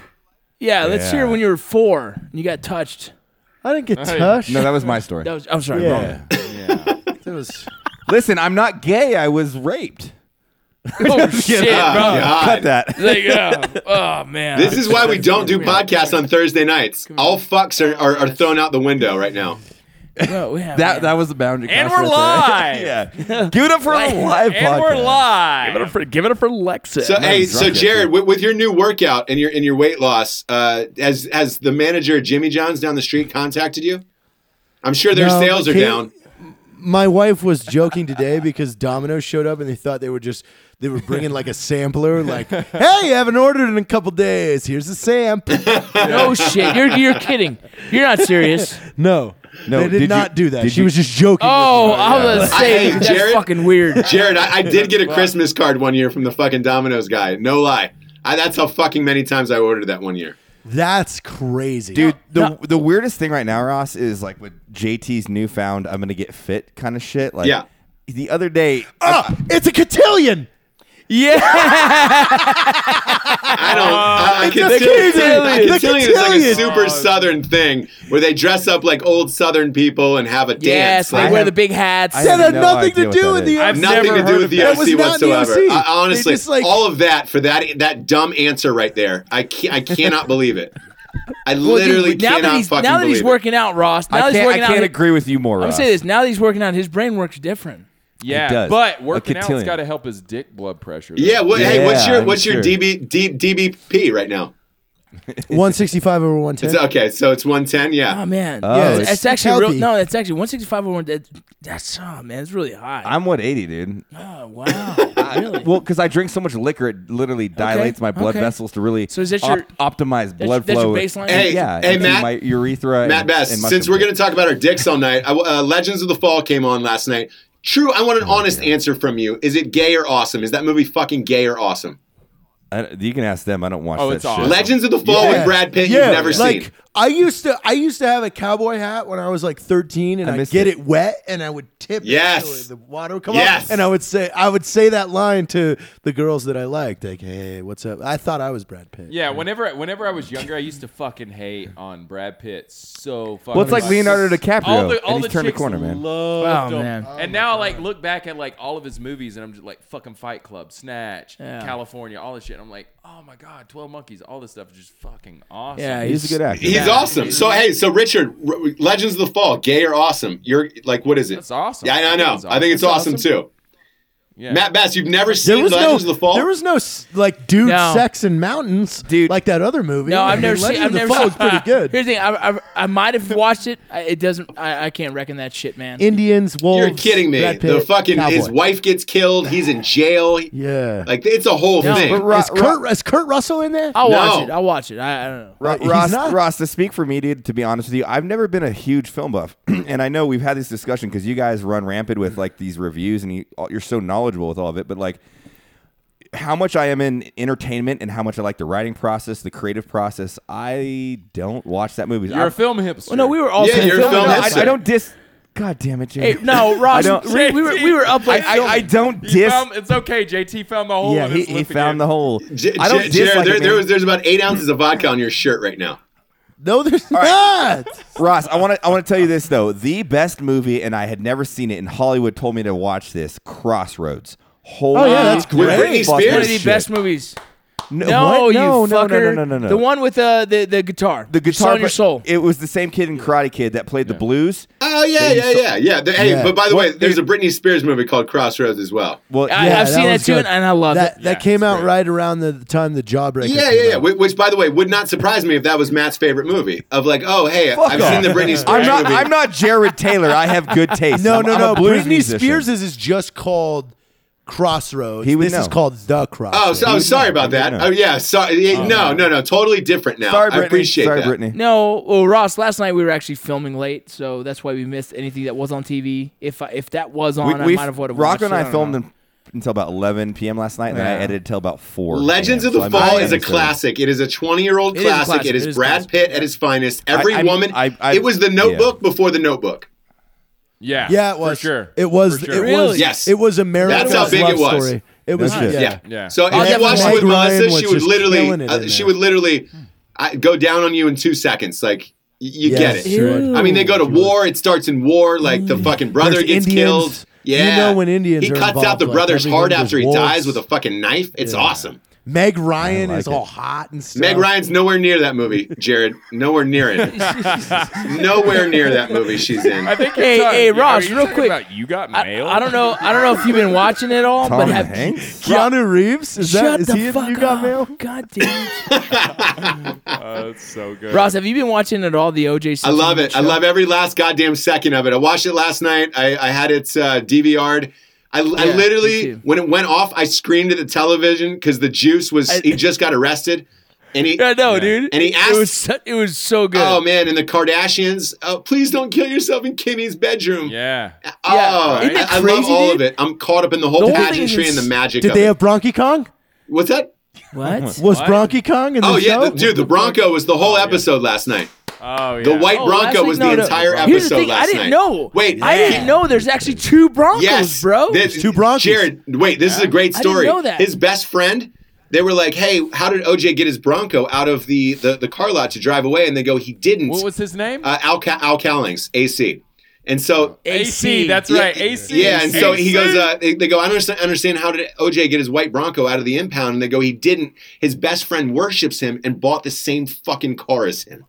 D: Yeah, let's hear
E: Yeah.
D: when you were four and you got touched.
B: I didn't get
F: Hey.
B: touched.
E: no, that was my story.
D: That was. I'm sorry. wrong.
B: yeah,
F: Yeah.
B: that was.
E: Listen, I'm not gay. I was raped.
D: [LAUGHS]
C: [LAUGHS]
D: Oh shit,
C: Oh,
D: bro.
C: God.
E: Cut that.
D: Like, yeah. Oh man.
C: This is why we don't do
D: Yeah.
C: podcasts on Thursday nights. All fucks are, are, are thrown out the window right now.
D: Bro, yeah,
E: That
D: man.
E: that was the boundary.
F: And
E: cross
F: we're
E: right
F: live.
E: there. [LAUGHS] yeah. Give it up for the live
F: And we're
E: podcast.
F: live.
D: for give it up for Lexa.
C: So hey,
E: he's
C: so
E: drunk yet,
C: Jared,
E: too.
C: with, with your new workout and your and your weight loss, uh, has has the manager at Jimmy John's down the street contacted you? I'm sure their
B: No,
C: sales are
B: Kate-
C: down.
B: [LAUGHS] My wife was joking today because Domino's showed up and they thought they were just they were bringing like a sampler,
E: [LAUGHS]
B: like, "Hey, I haven't ordered in a couple days. Here's a sample."
D: no shit. You're you're kidding. You're not serious.
B: No,
E: No,
B: no, they did,
E: did you-
B: not do that.
E: did
B: She
E: you-
B: was just joking. with
D: Oh,
B: me.
D: I was gonna say
C: Hey,
D: that's
C: Jared?
D: fucking weird.
C: Jared, I, I did get a Christmas card one year from the fucking Domino's guy. No lie, I, that's how fucking many times I ordered that one year.
B: that's crazy,
E: Dude, the the weirdest thing right now, Ross, is like with JT's newfound "I'm gonna get fit" kind of shit. Like,
C: Yeah.
E: Uh, The other day,
B: Ah, it's a cotillion.
D: Yeah.
C: I don't. I, I can
B: the
C: still-
B: cotillion.
C: I can
B: The
C: still think it's like a
B: cotillion.
C: super southern thing where they dress up like old southern people and have a
D: yes,
C: dance.
D: they
C: Like,
D: wear
E: have-
D: the big hats.
E: I
B: That
E: have
B: had
E: no
B: nothing
E: idea
B: to
E: what
B: do
E: that
B: with the.
F: is. I've
C: nothing
F: never
C: to do
F: heard
C: with
F: of
C: the
F: that.
B: That was
C: OC
B: not the
C: whatsoever.
B: OC.
C: I, I honestly,
B: They just, like-
C: all of that for that that dumb answer right there. I can't, I cannot believe it. I
D: Well, dude,
C: literally
D: now
C: cannot
D: that he's,
C: fucking
D: now that
C: believe
D: he's
C: it.
D: working out, Ross. Now
E: I
D: that he's
E: can't, I
D: working
E: can't
D: out.
E: agree with you more.
D: I'm
E: Ross.
D: gonna say this. Now that he's working out, his brain works different.
F: Yeah,
E: does.
F: but
E: A
F: working out's
E: cotillion.
F: got to help his dick blood pressure. though.
C: Yeah, what, Hey, what's
E: Yeah,
C: your
E: I'm
C: what's your
E: sure.
C: DB, D, DBP right now?
B: 165 over 110.
C: It's, okay, so it's one ten. Yeah.
D: Oh man,
E: Oh,
D: yeah,
E: it's-
D: it's,
B: it's
D: actually real,
B: healthy.
D: no, it's actually 165 over one. That, that's oh man, it's really high.
E: I'm 180, dude.
D: oh, wow, really?
E: Well, because I drink so much liquor, it literally dilates my blood
D: okay.
E: vessels to really
D: So is that
E: op- optimize
D: that's-
E: blood
D: that's your
E: flow.
D: baseline?
E: And-
C: Hey,
E: yeah,
C: hey,
E: and
C: Matt-
E: my urethra.
C: Matt
E: and-
C: Best,
E: and
C: since we're
E: muscle.
C: going to talk about our dicks all night, I, uh, Legends of the Fall came on last night. True, I want an honest answer from you. Is it gay or awesome? Is that movie fucking gay or awesome?
E: I- you can ask them. I don't watch
F: Oh,
E: that
F: it's
E: shit.
F: awesome.
C: Legends of the Fall
B: Yeah.
C: with Brad Pitt,
B: Yeah,
C: you've never
B: like,
C: seen.
B: I used to, I used to have a cowboy hat when I was like 13, and
E: I
B: I would
E: missed
B: get
E: it.
B: it. wet, and I would tip.
C: Yes.
B: it so the water would come
C: Yes.
B: up, and I would say, I would say that line to the girls that I liked, like, "Hey, what's up?" I thought I was Brad Pitt.
F: Yeah, whenever whenever I was younger, I used to fucking hate on Brad Pitt so fucking.
E: Well, it's like
F: much.
E: Leonardo DiCaprio,
F: All the, all
E: and
F: the
E: he's turned a
F: chicks
E: corner, man.
F: Loved
D: Oh,
F: him.
D: man.
F: and now I like look back at like all of his movies, and I'm just like fucking Fight Club, Snatch,
D: Yeah.
F: California, all this shit. And I'm like, oh my god, Twelve Monkeys, all this stuff is just fucking awesome.
D: yeah,
E: He's a good actor.
C: He's
F: Yeah.
C: awesome. So hey, so Richard, R- Legends of the Fall, gay or awesome? You're like, what is it?
F: That's awesome.
C: Yeah, I know. I, know.
F: That's
C: I think it's awesome,
F: awesome.
C: too.
F: Yeah.
C: Matt Bass, you've never
B: There
C: seen
B: was
C: Legends
B: no,
C: of the Fall.
B: there was no s- like dude
D: No.
B: sex and mountains,
E: Dude.
B: like that other movie.
D: No,
B: I
D: I've
B: mean,
D: never seen.
B: Legends
D: I've
B: of the
D: never
B: Fall
D: seen. [LAUGHS]
B: was pretty good.
D: Here's the thing. I, I, I might have watched it. I, it doesn't. I, I can't reckon that shit, man.
B: Indians, wolves.
C: You're kidding me.
B: Brad
C: the
B: Pitt,
C: fucking his
B: cowboy.
C: wife gets killed. He's in jail.
B: Yeah.
C: Like it's a whole
D: No,
C: thing.
E: But Ro-
B: is, Kurt, is Kurt Russell in there?
D: I'll watch
C: No.
D: it. I'll watch it. I, I don't know.
E: Ro-
B: He's
E: Ross,
B: not-
E: Ross, to speak for me, dude, to be honest with you, I've never been a huge film buff, [CLEARS THROAT] and I know we've had this discussion because you guys run rampant with like these reviews, and you, all- you're so knowledgeable with all of it. But like, how much I am in entertainment and how much I like the writing process, the creative process, I don't watch that movie.
F: You're a film hipster.
D: Well, no, we were all.
C: Yeah,
D: saying
C: you're a
D: film
C: film
E: No,
D: hipster.
E: I,
C: hipster.
E: I don't dis. God damn it, Jay.
D: Hey, no,
E: [LAUGHS] I
D: Ross.
E: don't-
D: we, we were we were up
E: I,
D: like.
E: I, I
F: [LAUGHS]
E: don't
F: He
E: dis.
F: found- Um, it's okay. JT found the hole.
E: yeah,
F: in
E: he,
F: his
E: he
F: lip again.
E: found the whole.
C: J-
E: I don't
C: J- Jared,
E: dislike it,
C: there,
E: man.
C: there was there's about eight ounces of vodka on your shirt right now.
B: No, there's not.
E: Ross, I want to I want to tell you this though. The best movie, and I had never seen it, and Hollywood told me to watch this. Crossroads.
D: Oh,
E: Holy
B: Oh, yeah, that's
E: fucking
C: great. With Britney
E: fucking
C: Spears?
D: one of the
E: shit.
D: best movies.
E: No,
D: No,
E: what?
D: you
E: no, no,
D: fucker.
E: no, no, no, no, no.
D: The one with uh, the the guitar.
E: the guitar.
D: on your
E: pla-
D: soul.
E: It was the same kid in Karate Kid that played the blues.
C: Oh yeah, yeah, yeah, yeah. The- hey,
B: Yeah.
C: but by the way,
E: What-
C: there's a Britney Spears movie called Crossroads as well.
E: Well,
D: I-
E: yeah,
D: I've seen that
B: was
D: too,
B: good.
D: and I love
B: that.
D: it.
B: That came out right around the time the Jawbreaker.
C: Yeah,
B: came
C: yeah, yeah.
B: out.
C: Which, which, by the way, would not surprise me if that was Matt's favorite movie. Of like, oh, hey,
E: fuck
C: I've
E: off.
C: seen the Britney Spears
E: I'm not.
C: movie.
E: I'm not Jared Taylor. I have
D: [LAUGHS]
E: good taste.
B: No,
E: I'm,
B: no,
E: I'm
B: no.
E: A blues
B: Britney
E: musician.
B: Spears is, is just called Crossroads.
E: He would
B: this is
E: know.
B: called the Crossroads.
C: Oh, so, I'm sorry about that.
E: no.
C: Oh, yeah. Sorry. Yeah, No, no, no. Totally different now.
E: Sorry, Brittany.
C: I appreciate
E: Sorry,
C: that.
E: Brittany.
D: No, well, Ross. Last night we were actually filming late, so that's why we missed anything that was on TV. If I, if that was on,
E: We,
D: I
E: we,
D: might have would have watched.
E: Rocco and
D: it,
E: I,
D: don't
E: filmed
D: know.
E: un- until about 11 p.m. last night, and then I
D: Yeah.
E: edited till about four.
C: Legends
E: a.m.,
C: of the
E: so I'm
C: Fall
E: already
C: is a
E: excited.
C: classic. It is a 20 year old
D: It is a
C: classic.
D: classic.
C: It is
D: It is
C: Brad
D: classic.
C: Pitt at his finest. Every
E: I-
C: woman.
E: I- I-
C: it was the Notebook before the Notebook.
F: Yeah.
B: yeah, it was.
F: For sure.
B: It was.
F: For
B: It
F: sure.
B: was.
D: Really?
C: Yes.
B: It was a Marilyn
C: That's how
B: Monroe
C: big
B: love
C: it was.
B: Story. It was.
E: Nice.
B: Yeah.
C: Yeah.
F: Yeah.
C: So if
D: Oh,
C: you
D: definitely.
C: watched it with
B: Meg Ryan
C: Melissa,
B: was
C: she would
B: just killing
C: literally,
B: it
C: uh,
B: in
C: she
B: there.
C: would literally I, go down on you in two seconds. Like y- you
B: Yes,
C: get it.
B: she would.
C: I mean, they go to war. It starts in war. Like the fucking brother
B: Mm. There's
C: gets
B: Indians.
C: killed.
B: You
C: Yeah,
B: know when Indians
C: he
B: are
C: cuts out
B: involved,
C: the
B: like,
C: brother's
B: everything,
C: heart
B: there's
C: after he
B: wolves.
C: dies with a fucking knife. It's awesome.
B: Meg Ryan
E: like
B: is
E: it.
B: all hot and stuff.
C: Meg Ryan's nowhere near that movie, Jared. Nowhere near
B: [LAUGHS]
C: it. nowhere near that movie she's in.
F: I think.
D: Hey,
F: you're talking-
D: hey,
F: are
D: Ross,
F: you
D: real
F: talking
D: quick.
F: about you got
D: I,
F: mail.
D: I don't know. I don't know if you've been watching it all,
E: Tom
D: but have
E: Hanks?
B: Keanu Reeves is
D: shut
B: that? Is
D: the
B: he in
D: fuck
B: You Got
D: up.
B: Mail?
D: [LAUGHS] God damn it.
F: Oh, that's so good.
D: Ross, have you been watching at all the OJ?
C: I
D: Simpson
C: love it. I
D: show?
C: love every last goddamn second of it. I watched it last night. I, I had it uh, DVR'd. I, I
D: Yeah, me
C: literally,
D: too.
C: when it went off, I screamed at the television because the juice was,
D: I-
C: he just got arrested. And he,
D: I know, dude.
C: And he asked-
D: It was so, it was so good.
C: oh man, and the Kardashians, oh, please don't kill yourself in Kimmy's bedroom.
F: Yeah.
C: Oh,
D: isn't
C: I,
D: that
C: I love
D: crazy,
C: all of
D: dude?
C: it. I'm caught up in the whole
D: The whole thing
C: pageantry
D: is-
C: and the magic
B: Did
C: of
B: they
C: it.
B: have Bronchi Kong?
C: What's that?
D: What?
B: Was
F: What?
B: Bronchi Kong in the
C: Oh, yeah,
B: show?
C: the, dude, the Bronco was the whole episode last night.
F: Oh yeah.
C: The white Bronco was the entire episode
D: Here's the thing,
C: last
D: I didn't
C: night.
D: know.
C: Wait,
D: I didn't know there's actually two Broncos,
C: Yes,
D: bro.
C: This,
B: Two Broncos.
C: Jared, wait, this is a great
D: I didn't
C: story.
D: know that.
C: His best friend, they were like, "Hey, how did OJ get his Bronco out of the the, the car lot to drive away?" And they go, "He didn't."
F: What was his name?
C: uh, Al, Ca- Al Cowlings, AC? And so
F: AC. That's right. AC.
C: yeah, and so he
F: AC.
C: goes. Uh, they, they go. I don't understand, understand. How did OJ get his white Bronco out of the impound? And they go. He didn't. His best friend worships him and bought the same fucking car as him,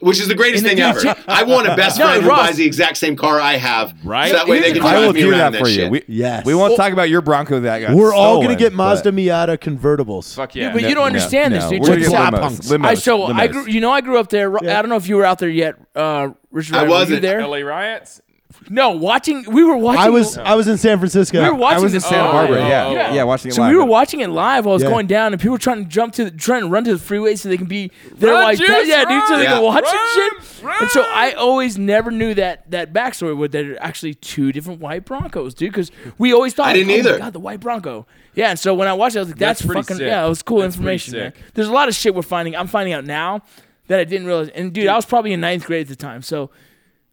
C: which is the greatest
D: And
C: thing
D: then-
C: ever. I want a best
D: No,
C: friend who
D: Ross-
C: buys the exact same car I have,
F: Right?
C: So that way
D: Here's
C: they
D: the
C: can
D: question.
E: I
C: drive
E: will
C: me
E: do
C: around
E: that
C: that
E: for
C: shit.
E: you. We,
B: Yes.
E: we won't talk about your Bronco that guy.
B: We're all going to get Mazda Miata convertibles.
F: Fuck
D: Yeah,
F: yeah.
D: but you don't understand this, dude.
E: We're gonna
D: Check
E: get
D: this out.
E: limos,
B: Punks.
E: limos,
D: I so I
E: limos.
D: grew, you know I grew up there. Ro- I don't know if you were out there yet, uh, Richard.
C: I
D: Wright, were you
C: wasn't.
D: there.
F: LA riots.
D: No, watching. We were watching.
B: I was I was in San Francisco.
D: We were watching
E: I was in
D: this
E: Santa
D: live.
E: Barbara.
F: Oh,
E: yeah.
F: oh,
E: yeah,
F: oh.
E: watching it
D: So
E: live.
D: we were watching it live. I was
B: Yeah.
D: going down, and people were trying to jump to, trying to run to the freeway so they can be. They're
F: Run,
D: like,
F: Juice,
D: that, yeah, dude, so they
C: Yeah.
D: can watch
F: Run,
D: and shit. And so I always never knew that that backstory with that are actually two different white Broncos, dude. Because we always thought,
C: I didn't
D: oh my
C: either.
D: God, the white Bronco. Yeah. And so when I watched it, I was like, that's,
F: That's pretty
D: fucking
F: sick.
D: yeah, it was cool
F: That's pretty
D: information, man.
F: sick.
D: There's a lot of shit we're finding. I'm finding out now that I didn't realize. And dude, I was probably in ninth grade at the time, so.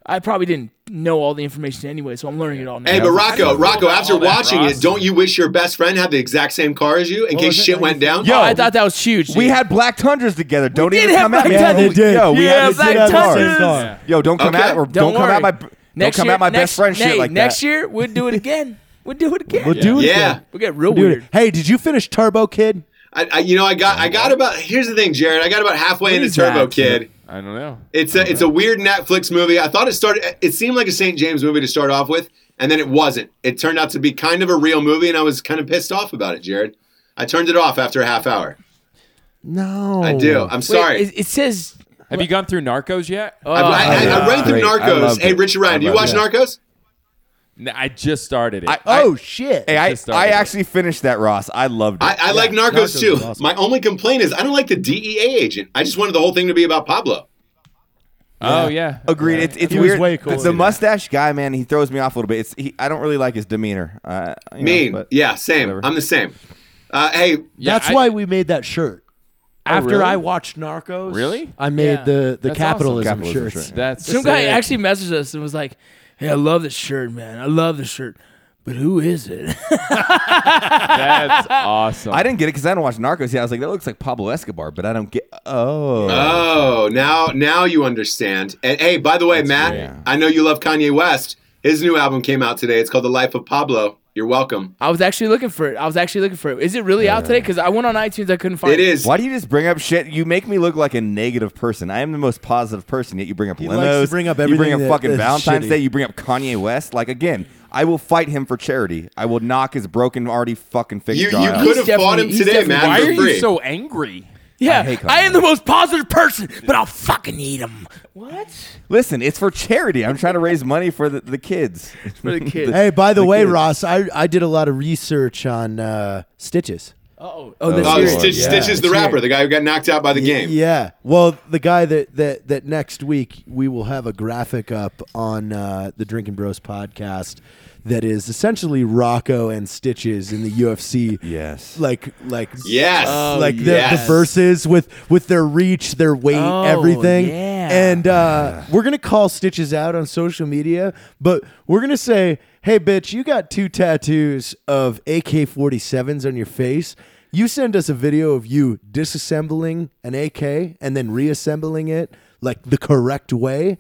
D: I probably didn't know all the information anyway, so I'm learning it all now.
C: Hey, but Rocco, Rocco,
F: about
C: after
F: all that,
C: watching
F: Ross.
C: it, don't you wish your best friend had the exact same car as you in case shit went down?
E: Yo,
D: Oh, I thought that was huge.
E: We
D: dude.
E: had Black Tundras together. Don't
D: did
E: even
D: have
E: come at
D: Black
E: me.
D: Yeah, they
B: did.
E: Yo, we
D: Yeah,
E: had the
D: Black
E: same car.
D: Tundras.
B: Yeah.
E: Yo, don't come
C: Okay.
E: at or
D: Don't,
E: don't come
D: worry.
E: at my don't
D: next
E: come
D: year,
E: at my
D: next,
E: best friend
D: hey,
E: shit like
D: next
E: that.
D: year we'll do it
E: [LAUGHS]
D: again. We'll do it again.
B: We'll do it.
C: Yeah.
D: We'll get real
B: Dude,
D: weird.
B: hey, did you finish Turbo Kid?
C: I, I, you know, I got, I got about. Here's the thing, Jared. I got about halfway into
B: is
C: Turbo
B: that?
C: Kid.
F: I don't know.
C: It's a, it's a weird Netflix movie. I thought it started. It seemed like a St. James movie to start off with, and then it wasn't. It turned out to be kind of a real movie, and I was kind of pissed off about it, Jared. I turned it off after a half hour.
B: No,
E: Oh.
C: I do. I'm
D: Wait,
C: sorry.
D: it, it says
F: Have you gone through Narcos yet? Uh,
C: I, I, I, I ran through
E: Oh, Great. I
C: Narcos.
E: loved
C: Hey,
E: it.
C: Richard
E: I
C: Ryan, do you watch
E: loved
C: Narcos?
F: N- I just started it.
E: I-
B: Oh shit!
E: Hey, I,
F: Just started
E: I
F: it.
E: actually finished that, Ross. I loved it.
C: I, I like Narcos,
B: Narcos
C: too.
B: is awesome.
C: My only complaint is I don't like the DEA agent. I just wanted the whole thing to be about Pablo.
F: oh yeah.
E: Agreed. It's it's
B: He was
E: weird.
B: way cooler
E: the
B: than that.
E: mustache guy, man, he throws me off a little bit. It's he, I don't really like his demeanor. Uh, you know,
C: Mean.
E: but-
C: yeah, same.
E: whatever.
C: I'm the same. Uh, hey,
F: Yeah,
B: That's
F: I-
B: why we made that shirt. After
F: really?
B: I watched Narcos,
F: Really?
B: I made
D: Yeah.
B: the the
F: That's
B: capitalism,
E: awesome. Capitalism
B: shirts.
E: shirt.
F: That's
D: some guy
F: sick.
D: actually messaged us and was like, "Hey, I love this shirt, man. I love this shirt, but who is it?" [LAUGHS]
F: That's awesome.
E: I didn't get it because I don't watch Narcos yet. I was like, that looks like Pablo Escobar, but I don't get. Oh,
C: Oh, now now you understand. And hey, by the way, Matt,
E: rare.
C: I know you love Kanye West. His new album came out today. It's called The Life of Pablo. You're welcome.
D: I was actually looking for it. I was actually looking for it. Is it really
E: Uh,
D: out today? Because I went on iTunes, I couldn't find
C: It
D: it.
C: is.
E: why do you just bring up shit? You make me look like a negative person. I am the most positive person, yet you bring up
B: He
E: limos.
B: likes to bring up
E: You bring
B: everything
E: up
B: that-
E: fucking
B: that's
E: Valentine's
B: shitty.
E: Day. You bring up Kanye West. Like again, I will fight him for charity. I will knock his broken, already fucking fixed
C: You,
E: jaw
C: you
E: out.
C: could have fought
D: definitely-
C: him
D: he's
C: today,
D: definitely-
C: man,
F: Why
C: for
F: are
C: free. Oh,
F: you so angry?
D: Yeah,
E: I hate Kanye.
D: I, am the most positive person, but I'll fucking eat him. What?
E: Listen, it's for charity. I'm trying to raise money for the, the kids.
D: For the kids.
B: Hey, by the,
E: The
B: way,
E: kids.
B: Ross, I, I did a lot of research on uh, Stitches.
D: Uh-oh. Oh, that's
C: Oh,
E: Lord,
C: Stitch,
E: yeah.
C: Stitch is the
B: It's
C: rapper,
B: weird.
C: the guy who got knocked out by the game.
B: Yeah. Well, the guy that that that next week we will have a graphic up on uh, the Drinking Bros podcast that is essentially Rocco and Stitches in the UFC.
E: Yes.
B: Like like
C: Yes. Oh,
B: like the,
C: yes.
B: the verses with with their reach, their weight,
D: Oh,
B: everything.
D: yeah.
B: And uh, we're gonna call Stitches out on social media, but we're gonna say, "Hey, bitch, you got two tattoos of AK-47s on your face." You send us a video of you disassembling an AK and then reassembling it like the correct way,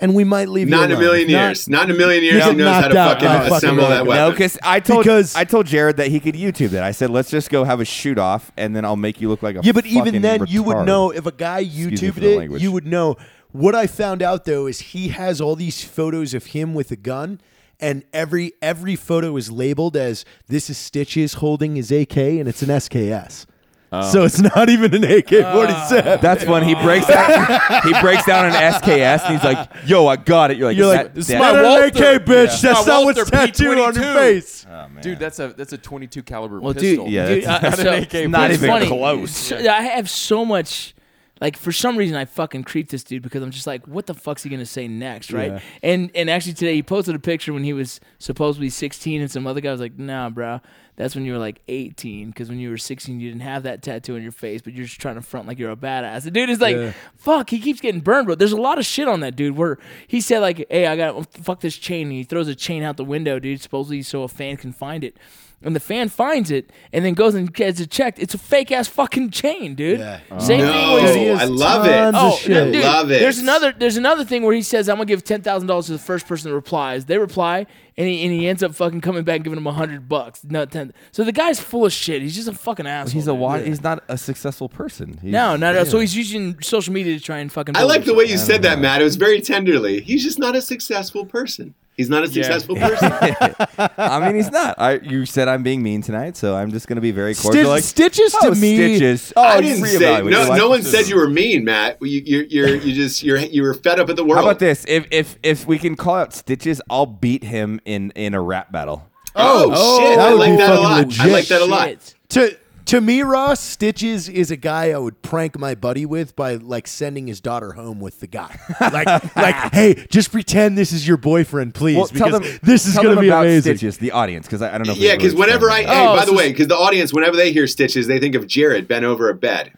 B: and we might leave
C: Not in
B: you
C: a
B: alone.
C: million
B: Not-
C: years. Not in a million years.
B: get
C: He knows how to
B: knocked out
C: fucking
B: by fucking
C: assemble that
B: Rocco.
E: No,
C: weapon.
E: because I told
B: Because-
E: I told Jared that he could YouTube that. I said, let's just go have a shoot off, and then I'll make you look like a
B: Yeah, but
E: fucking
B: even then, you
E: retard.
B: would know if a guy
E: me for
B: YouTubed
E: the
B: it,
E: language.
B: you would know. What I found out though is he has all these photos of him with a gun, and every every photo is labeled as this is Stitches holding his AK, and it's an SKS.
E: Oh.
B: So it's not even an AK forty-seven.
E: That's when he breaks down. he breaks down an SKS, and he's like, "Yo, I got it." You're like,
B: You're
E: "That-
B: like, this is
E: that-
B: my
F: Walter.
B: AK, bitch.
F: Yeah.
B: That's
F: My
B: not what's
F: Walter
B: tattooed on your
F: P22.
B: face.
F: Dude, that's a that's a 22 caliber
D: Well,
E: [LAUGHS]
F: pistol.
D: dude, [LAUGHS]
E: Yeah,
D: dude,
E: that's
D: uh,
E: not
D: so-
E: an AK, not
D: it's
E: even
D: funny.
E: close.
D: So- I have so much Like for some reason, I fucking creeped this dude because I'm just like, what the fuck's he gonna say next, right? And and actually today he posted a picture when he was supposedly 16, and some other guy was like, nah, bro, that's when you were like 18, because when you were 16, you didn't have that tattoo on your face, but you're just trying to front like you're a badass. The dude is like, fuck, he keeps getting burned, bro. There's a lot of shit on that dude where he said like, hey, I got fuck this chain, and he throws a chain out the window, dude, supposedly so a fan can find it and the fan finds it and then goes and gets it checked. It's a fake ass fucking chain, dude.
B: Yeah.
D: Same thing.
C: No,
D: Where
B: he has
C: I love it.
B: tons of
D: Oh,
B: shit.
D: dude,
C: Love it.
D: There's another. There's another thing where he says, "I'm gonna give ten thousand dollars to the first person that replies." They reply, and he and he ends up fucking coming back and giving him a hundred bucks. No, ten. So the guy's full of shit. He's just a fucking asshole.
E: He's a
D: dude.
E: wa- He's not a successful person. He's-
D: No, no, no. So he's using social media to try and fucking.
C: I
D: build
C: like the
D: himself.
C: way you said that, Matt. It was very tenderly. He's just not a successful person. He's not a successful person.
E: [LAUGHS] I mean, he's not. I, you said I'm being mean tonight, so I'm just going to be very cordial.
B: Stitch-
E: like,
B: stitches to
E: oh,
B: me-
E: Stitches. Oh,
C: I
E: you
C: didn't say
E: reevaluate your
C: no.
E: life.
C: No one said you were mean, Matt. You you you're, you just you're you were fed up at the world.
E: How about this? If if if we can call out Stitches, I'll beat him in in a rap battle.
C: Oh, shit!
B: that
C: I
B: would
C: like
B: be
C: that a
B: fucking
C: lot. I
B: legit.
C: like that a lot.
D: Shit.
E: Ah.
B: To to me, Ross Stitches is a guy I would prank my buddy with by like sending his daughter home with the guy. Like
E: [LAUGHS]
B: like hey, just pretend this is your boyfriend, please,
E: Well,
B: because
E: tell them
B: this is
E: tell
B: going to
E: them
B: be
E: about
B: amazing.
E: Stitches, the audience, because I, I don't know. If we
C: Yeah,
E: really
C: because whenever I
E: explained
C: hey,
D: Oh,
C: by the
D: so-
C: way, because the audience, whenever they hear stitches, they think of Jared bent over a bed.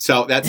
C: So
D: [LAUGHS]
C: that's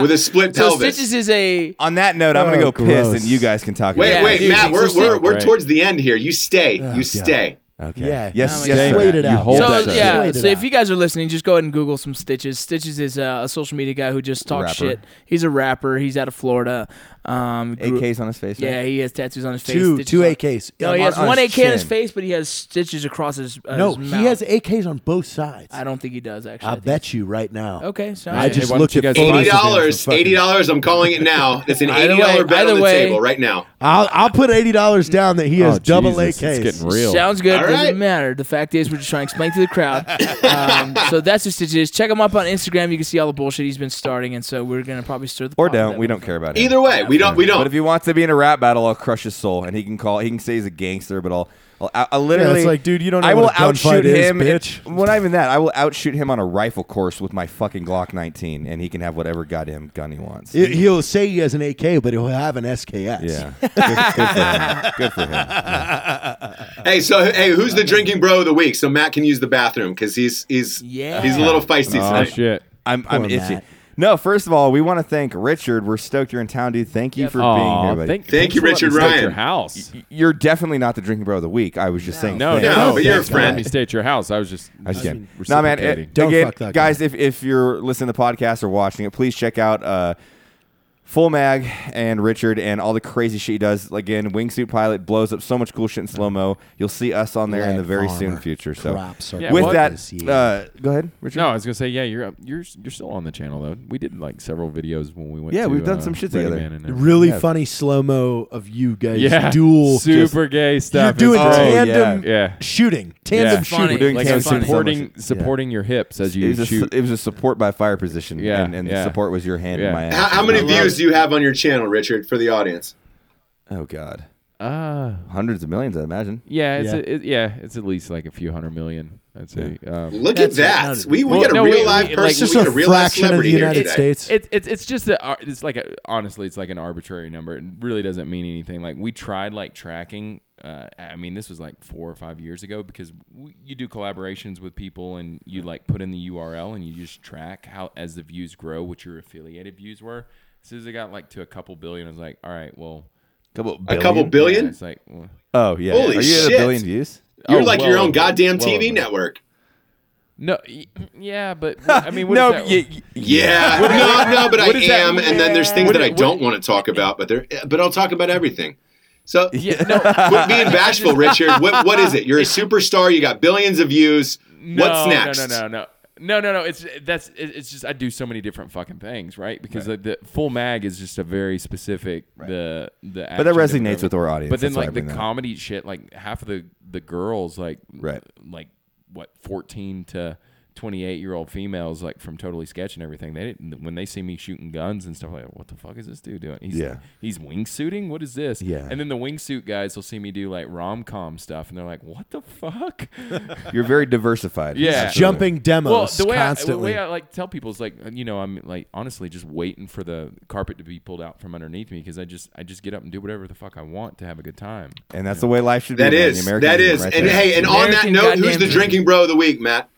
C: with a split
D: So
C: pelvis.
D: Stitches is a.
E: that. on that note, I'm going to
B: Oh,
E: go piss,
B: gross.
E: and you guys can talk.
C: wait,
E: about
C: wait,
E: it.
D: dude,
C: Matt,
D: it's
C: we're
D: just-
C: we're, we're
F: Right.
C: towards the end here. You stay. you stay.
E: Okay.
B: Yeah.
E: Yes.
D: Oh my God.
E: yes. sir.
B: Wait it
E: you
B: out.
E: hold
B: So,
E: that.
D: So
B: shit.
D: yeah,
B: Wait it
D: so if
B: out.
D: you guys are listening, just go ahead and Google some Stitches. Stitches is uh, a social media guy who just talks
E: Rapper.
D: shit. He's a rapper. He's out of Florida. Um, grew-
E: AKs on his face. right?
D: Yeah, he has tattoos on his face.
B: Two
D: stitches
B: two um,
D: on-
B: AKs.
D: No, he
E: on-
D: has
E: on
D: one AK
E: his
D: on his
E: chin.
D: face, but he has stitches across his. Uh,
B: no,
D: his
B: he
D: mouth.
B: has AKs on both sides.
D: I don't think he does actually.
B: I
D: I think-
B: bet you right now.
D: Okay, so
B: I just
F: why don't
B: looked
F: you
B: at
F: guys
B: photos
F: buy
B: of
C: Eighty
B: him
C: dollars.
B: for fucking-
C: Eighty dollars. I'm calling it now. It's
D: [LAUGHS]
C: an
D: Either
C: eighty
D: way-
C: dollar bet
D: either
C: on the
D: way-
C: table right now.
B: I'll I'll put eighty dollars down that he has
F: Oh,
B: double
F: Jesus,
B: AKs.
F: It's getting real.
D: Sounds good.
C: All right.
D: Doesn't matter. The fact is, we're just trying to explain to the
C: [LAUGHS]
D: crowd. Um, so that's who Stitch is. Check him up on Instagram. You can see all the bullshit he's been starting, and so we're gonna probably stir the
E: Or
D: pot with
E: don't.
D: that
E: We
D: one.
E: don't care about him.
C: Either way, we don't. We
E: But if
C: don't.
E: he wants to be in a rap battle, I'll crush his soul, and he can call. He can say he's a gangster, but I'll. I'll, I'll, I'll literally.
B: like, dude, you don't know
E: I
B: what
E: will
B: a gunfight
E: outshoot
B: is,
E: him.
B: bitch.
E: Well, not even that. I will outshoot him on a rifle course with my fucking Glock 19, and he can have whatever goddamn gun he wants.
B: He- He'll say he has an AK, but he'll have an SKS.
E: yeah. good, good for him. Good for him.
C: [LAUGHS] Hey, so hey, who's the drinking bro of the week? So Matt can use the bathroom because he's he's
D: Yeah.
C: he's a little feisty
F: Oh
C: tonight.
F: shit.
E: I'm, I'm itchy.
B: Matt.
E: No, first of all, we want to thank Richard. We're stoked you're in town, dude. Thank you for being here,
F: Aw,
E: buddy.
F: thank,
C: Thank you,
F: thanks for letting
C: Richard
F: me stay at
C: Ryan.
F: Your house.
E: you're definitely not the drinking bro of the week. I was just saying.
F: No,
E: thanks.
C: no, but you're a
F: thanks for letting
C: friend.
F: Me stay at your house. I was just.
E: I just kidding.
F: just
E: No, man. it-
F: reciprocating.
B: Don't
E: again,
B: fuck that
E: guys, if if you're listening to the podcast or watching it, please check out uh, Full Mag and Richard and all the crazy shit he does. Again, Wingsuit Pilot blows up so much cool shit in slow mo. You'll see us on there in the very soon future. So,
B: Props are
F: Yeah,
E: with
F: what
E: that,
B: is he?
E: uh, go ahead, Richard.
F: no, I was gonna say, yeah, you're up- you're you're still on the channel though. We did like several videos when we went.
E: Yeah,
F: to,
E: we've done
F: uh,
E: some shit
F: Ready
E: together.
F: Man and everything.
B: really funny slow mo of you
F: [LAUGHS]
B: guys
F: yeah,
B: dual.
F: super gay
B: you're
F: stuff.
B: doing
F: It's great.
E: tan-
B: tandem
E: yeah,
F: yeah.
B: shooting, tandem
F: Yeah.
B: shooting.
D: Funny.
E: We're doing
D: Like,
E: cam-
D: it's funny.
E: support-
F: supporting supporting your hips as
E: It
F: you
E: was, a, su-
F: shoot.
E: it was a support by fire position,
F: Yeah,
E: and, and
F: yeah.
E: support was your hand in
F: Yeah.
E: my ass.
C: How, how many views do you have on your channel, Richard, for the audience?
E: Oh God,
F: Ah.
E: hundreds of millions, I imagine.
F: Yeah, it's
B: Yeah.
F: A, it, yeah, it's at least like a few hundred million. I'd say. Um,
C: Look
D: That's
C: at that.
D: not-
C: we we
F: Well,
C: got a
F: no,
C: real
F: we-
C: life
F: we-
C: person.
F: like,
B: It's just
C: we got
B: a
C: a real life
B: fraction of the
C: celebrity here
B: United
C: today.
B: States.
F: it's it's it's just a ar- it's like a honestly it's like an arbitrary number. It really doesn't mean anything. Like we tried like tracking. Uh, I mean, this was like four or five years ago because we, you do collaborations with people and you like put in the URL and you just track how as the views grow what your affiliated views were. As soon as it got like to a couple billion, I was like, all right, well,
E: couple
C: A couple billion?
F: yeah, it's like well,
E: Oh yeah,
C: Holy
E: are you at a
C: shit.
E: billion views?
C: You're
F: oh,
C: like
F: well
C: your own
F: over-
C: goddamn
F: well
C: TV
F: over.
C: network.
F: No, y-
C: [LAUGHS]
F: yeah, but I mean, what is
E: no,
F: that?
E: y- y-
C: Yeah, no, no, but I
F: [LAUGHS] what is that-
C: am, and then there's things
F: What-
C: that I
F: what-
C: don't want to talk about, but there, but I'll talk about everything. So
F: [LAUGHS] yeah, no,
C: quit
F: [LAUGHS]
C: being bashful, Richard. What what is it? You're a superstar. You got billions of views.
F: No,
C: What's next?
F: No, no, no, no. No, no, no. It's that's it- it's just I do so many different fucking things, right? Because Like, the full mag is just a very specific the the. But
E: that resonates with our audience.
F: But then
E: That's why I
F: like the
E: bring that up.
F: comedy shit, like half of the the girls, like
E: Right.
F: like what fourteen to 28 year old females like from Totally Sketch and everything. They didn't when they see me shooting guns and stuff like, what the fuck is this dude doing? He's
B: Yeah.
F: he's wingsuiting. What is this?
B: Yeah.
F: And then the wingsuit guys will see me do like rom com stuff and they're like, what
E: [LAUGHS]
F: the fuck?
E: You're very diversified.
F: Yeah.
B: Jumping
F: well,
B: demos
F: the way I, the
B: constantly.
F: way I like tell people is like, you know, I'm like honestly just waiting for the carpet to be pulled out from underneath me because I just I just get up and do whatever the fuck I want to have a good time.
E: and that's the way life should
C: That
E: be. man.
C: is.
E: The American
C: That
E: dream
C: is.
E: right
C: and
E: there.
C: hey, and on that
D: American
C: note, who's
D: goddamn
C: the
D: dream.
C: drinking bro of the week, Matt?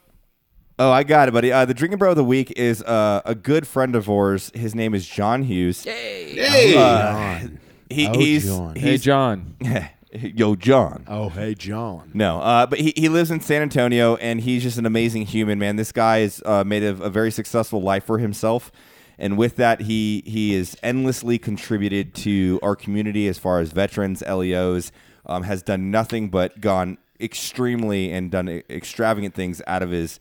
E: Oh, I got it, buddy. Uh, the drinking bro of the week is uh, a good friend of ours. His name is John Hughes.
C: Hey.
E: Uh,
B: John.
E: He,
B: Oh,
E: he's,
B: John.
F: Hey
E: he's
F: John,
E: yo John.
B: Oh, hey, John.
E: No, uh, but he, he lives in San Antonio, and he's just an amazing human, man. This guy has uh, made a, a very successful life for himself, and with that, he he is endlessly contributed to our community as far as veterans, LEOs. Um, has done nothing but gone extremely and done e- extravagant things out of his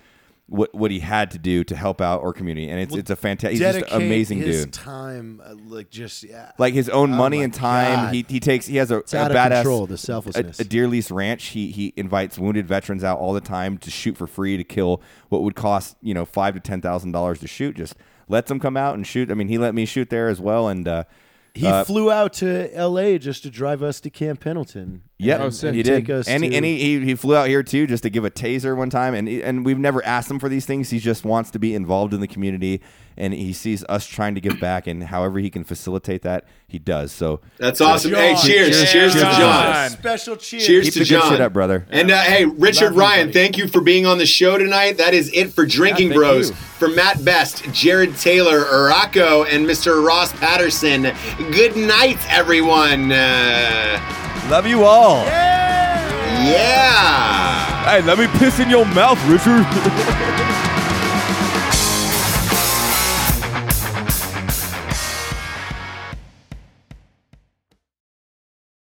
E: what what he had to do to help out our community, and it's it's a fantastic, he's just an
B: Dedicate
E: amazing
B: his
E: dude
B: time, uh, like just yeah, Oh
E: like his own money
B: my
E: and time.
B: God.
E: He, he takes he has a, a
B: out of
E: badass
B: control, the
E: a-
B: selflessness.
E: A, Deer Lease ranch. He he invites wounded veterans out all the time to shoot for free to kill what would cost you know five to ten thousand dollars to shoot. Just lets them come out and shoot. I mean, he let me shoot there as well, and uh,
B: He flew out to L.A. just to drive us to Camp Pendleton.
E: Yep,
F: Oh, sick.
E: he
B: Take
E: did.
B: us
E: and
B: to-
E: he, and he, he he flew out here too just to give a taser one time, and he- and we've never asked him for these things. He just wants to be involved in the community, and he sees us trying to give back, and however he can facilitate that, he does. So
C: That's awesome. Hey, cheers. Cheers, to
F: John.
C: John.
B: Special cheer.
C: Cheers
E: Keep
C: to
E: the good
C: John.
E: shit up, brother.
C: And uh, hey, Richard Ryan, thank you for being on the show tonight. That is it for Drinking
F: thank
C: Bros.
F: you.
C: For Matt Best, Jared Taylor, Araco, and Mr. Ross Patterson. Good night, everyone. Uh,
E: love you all.
C: yeah.
E: Hey, let me piss in your mouth, Richard.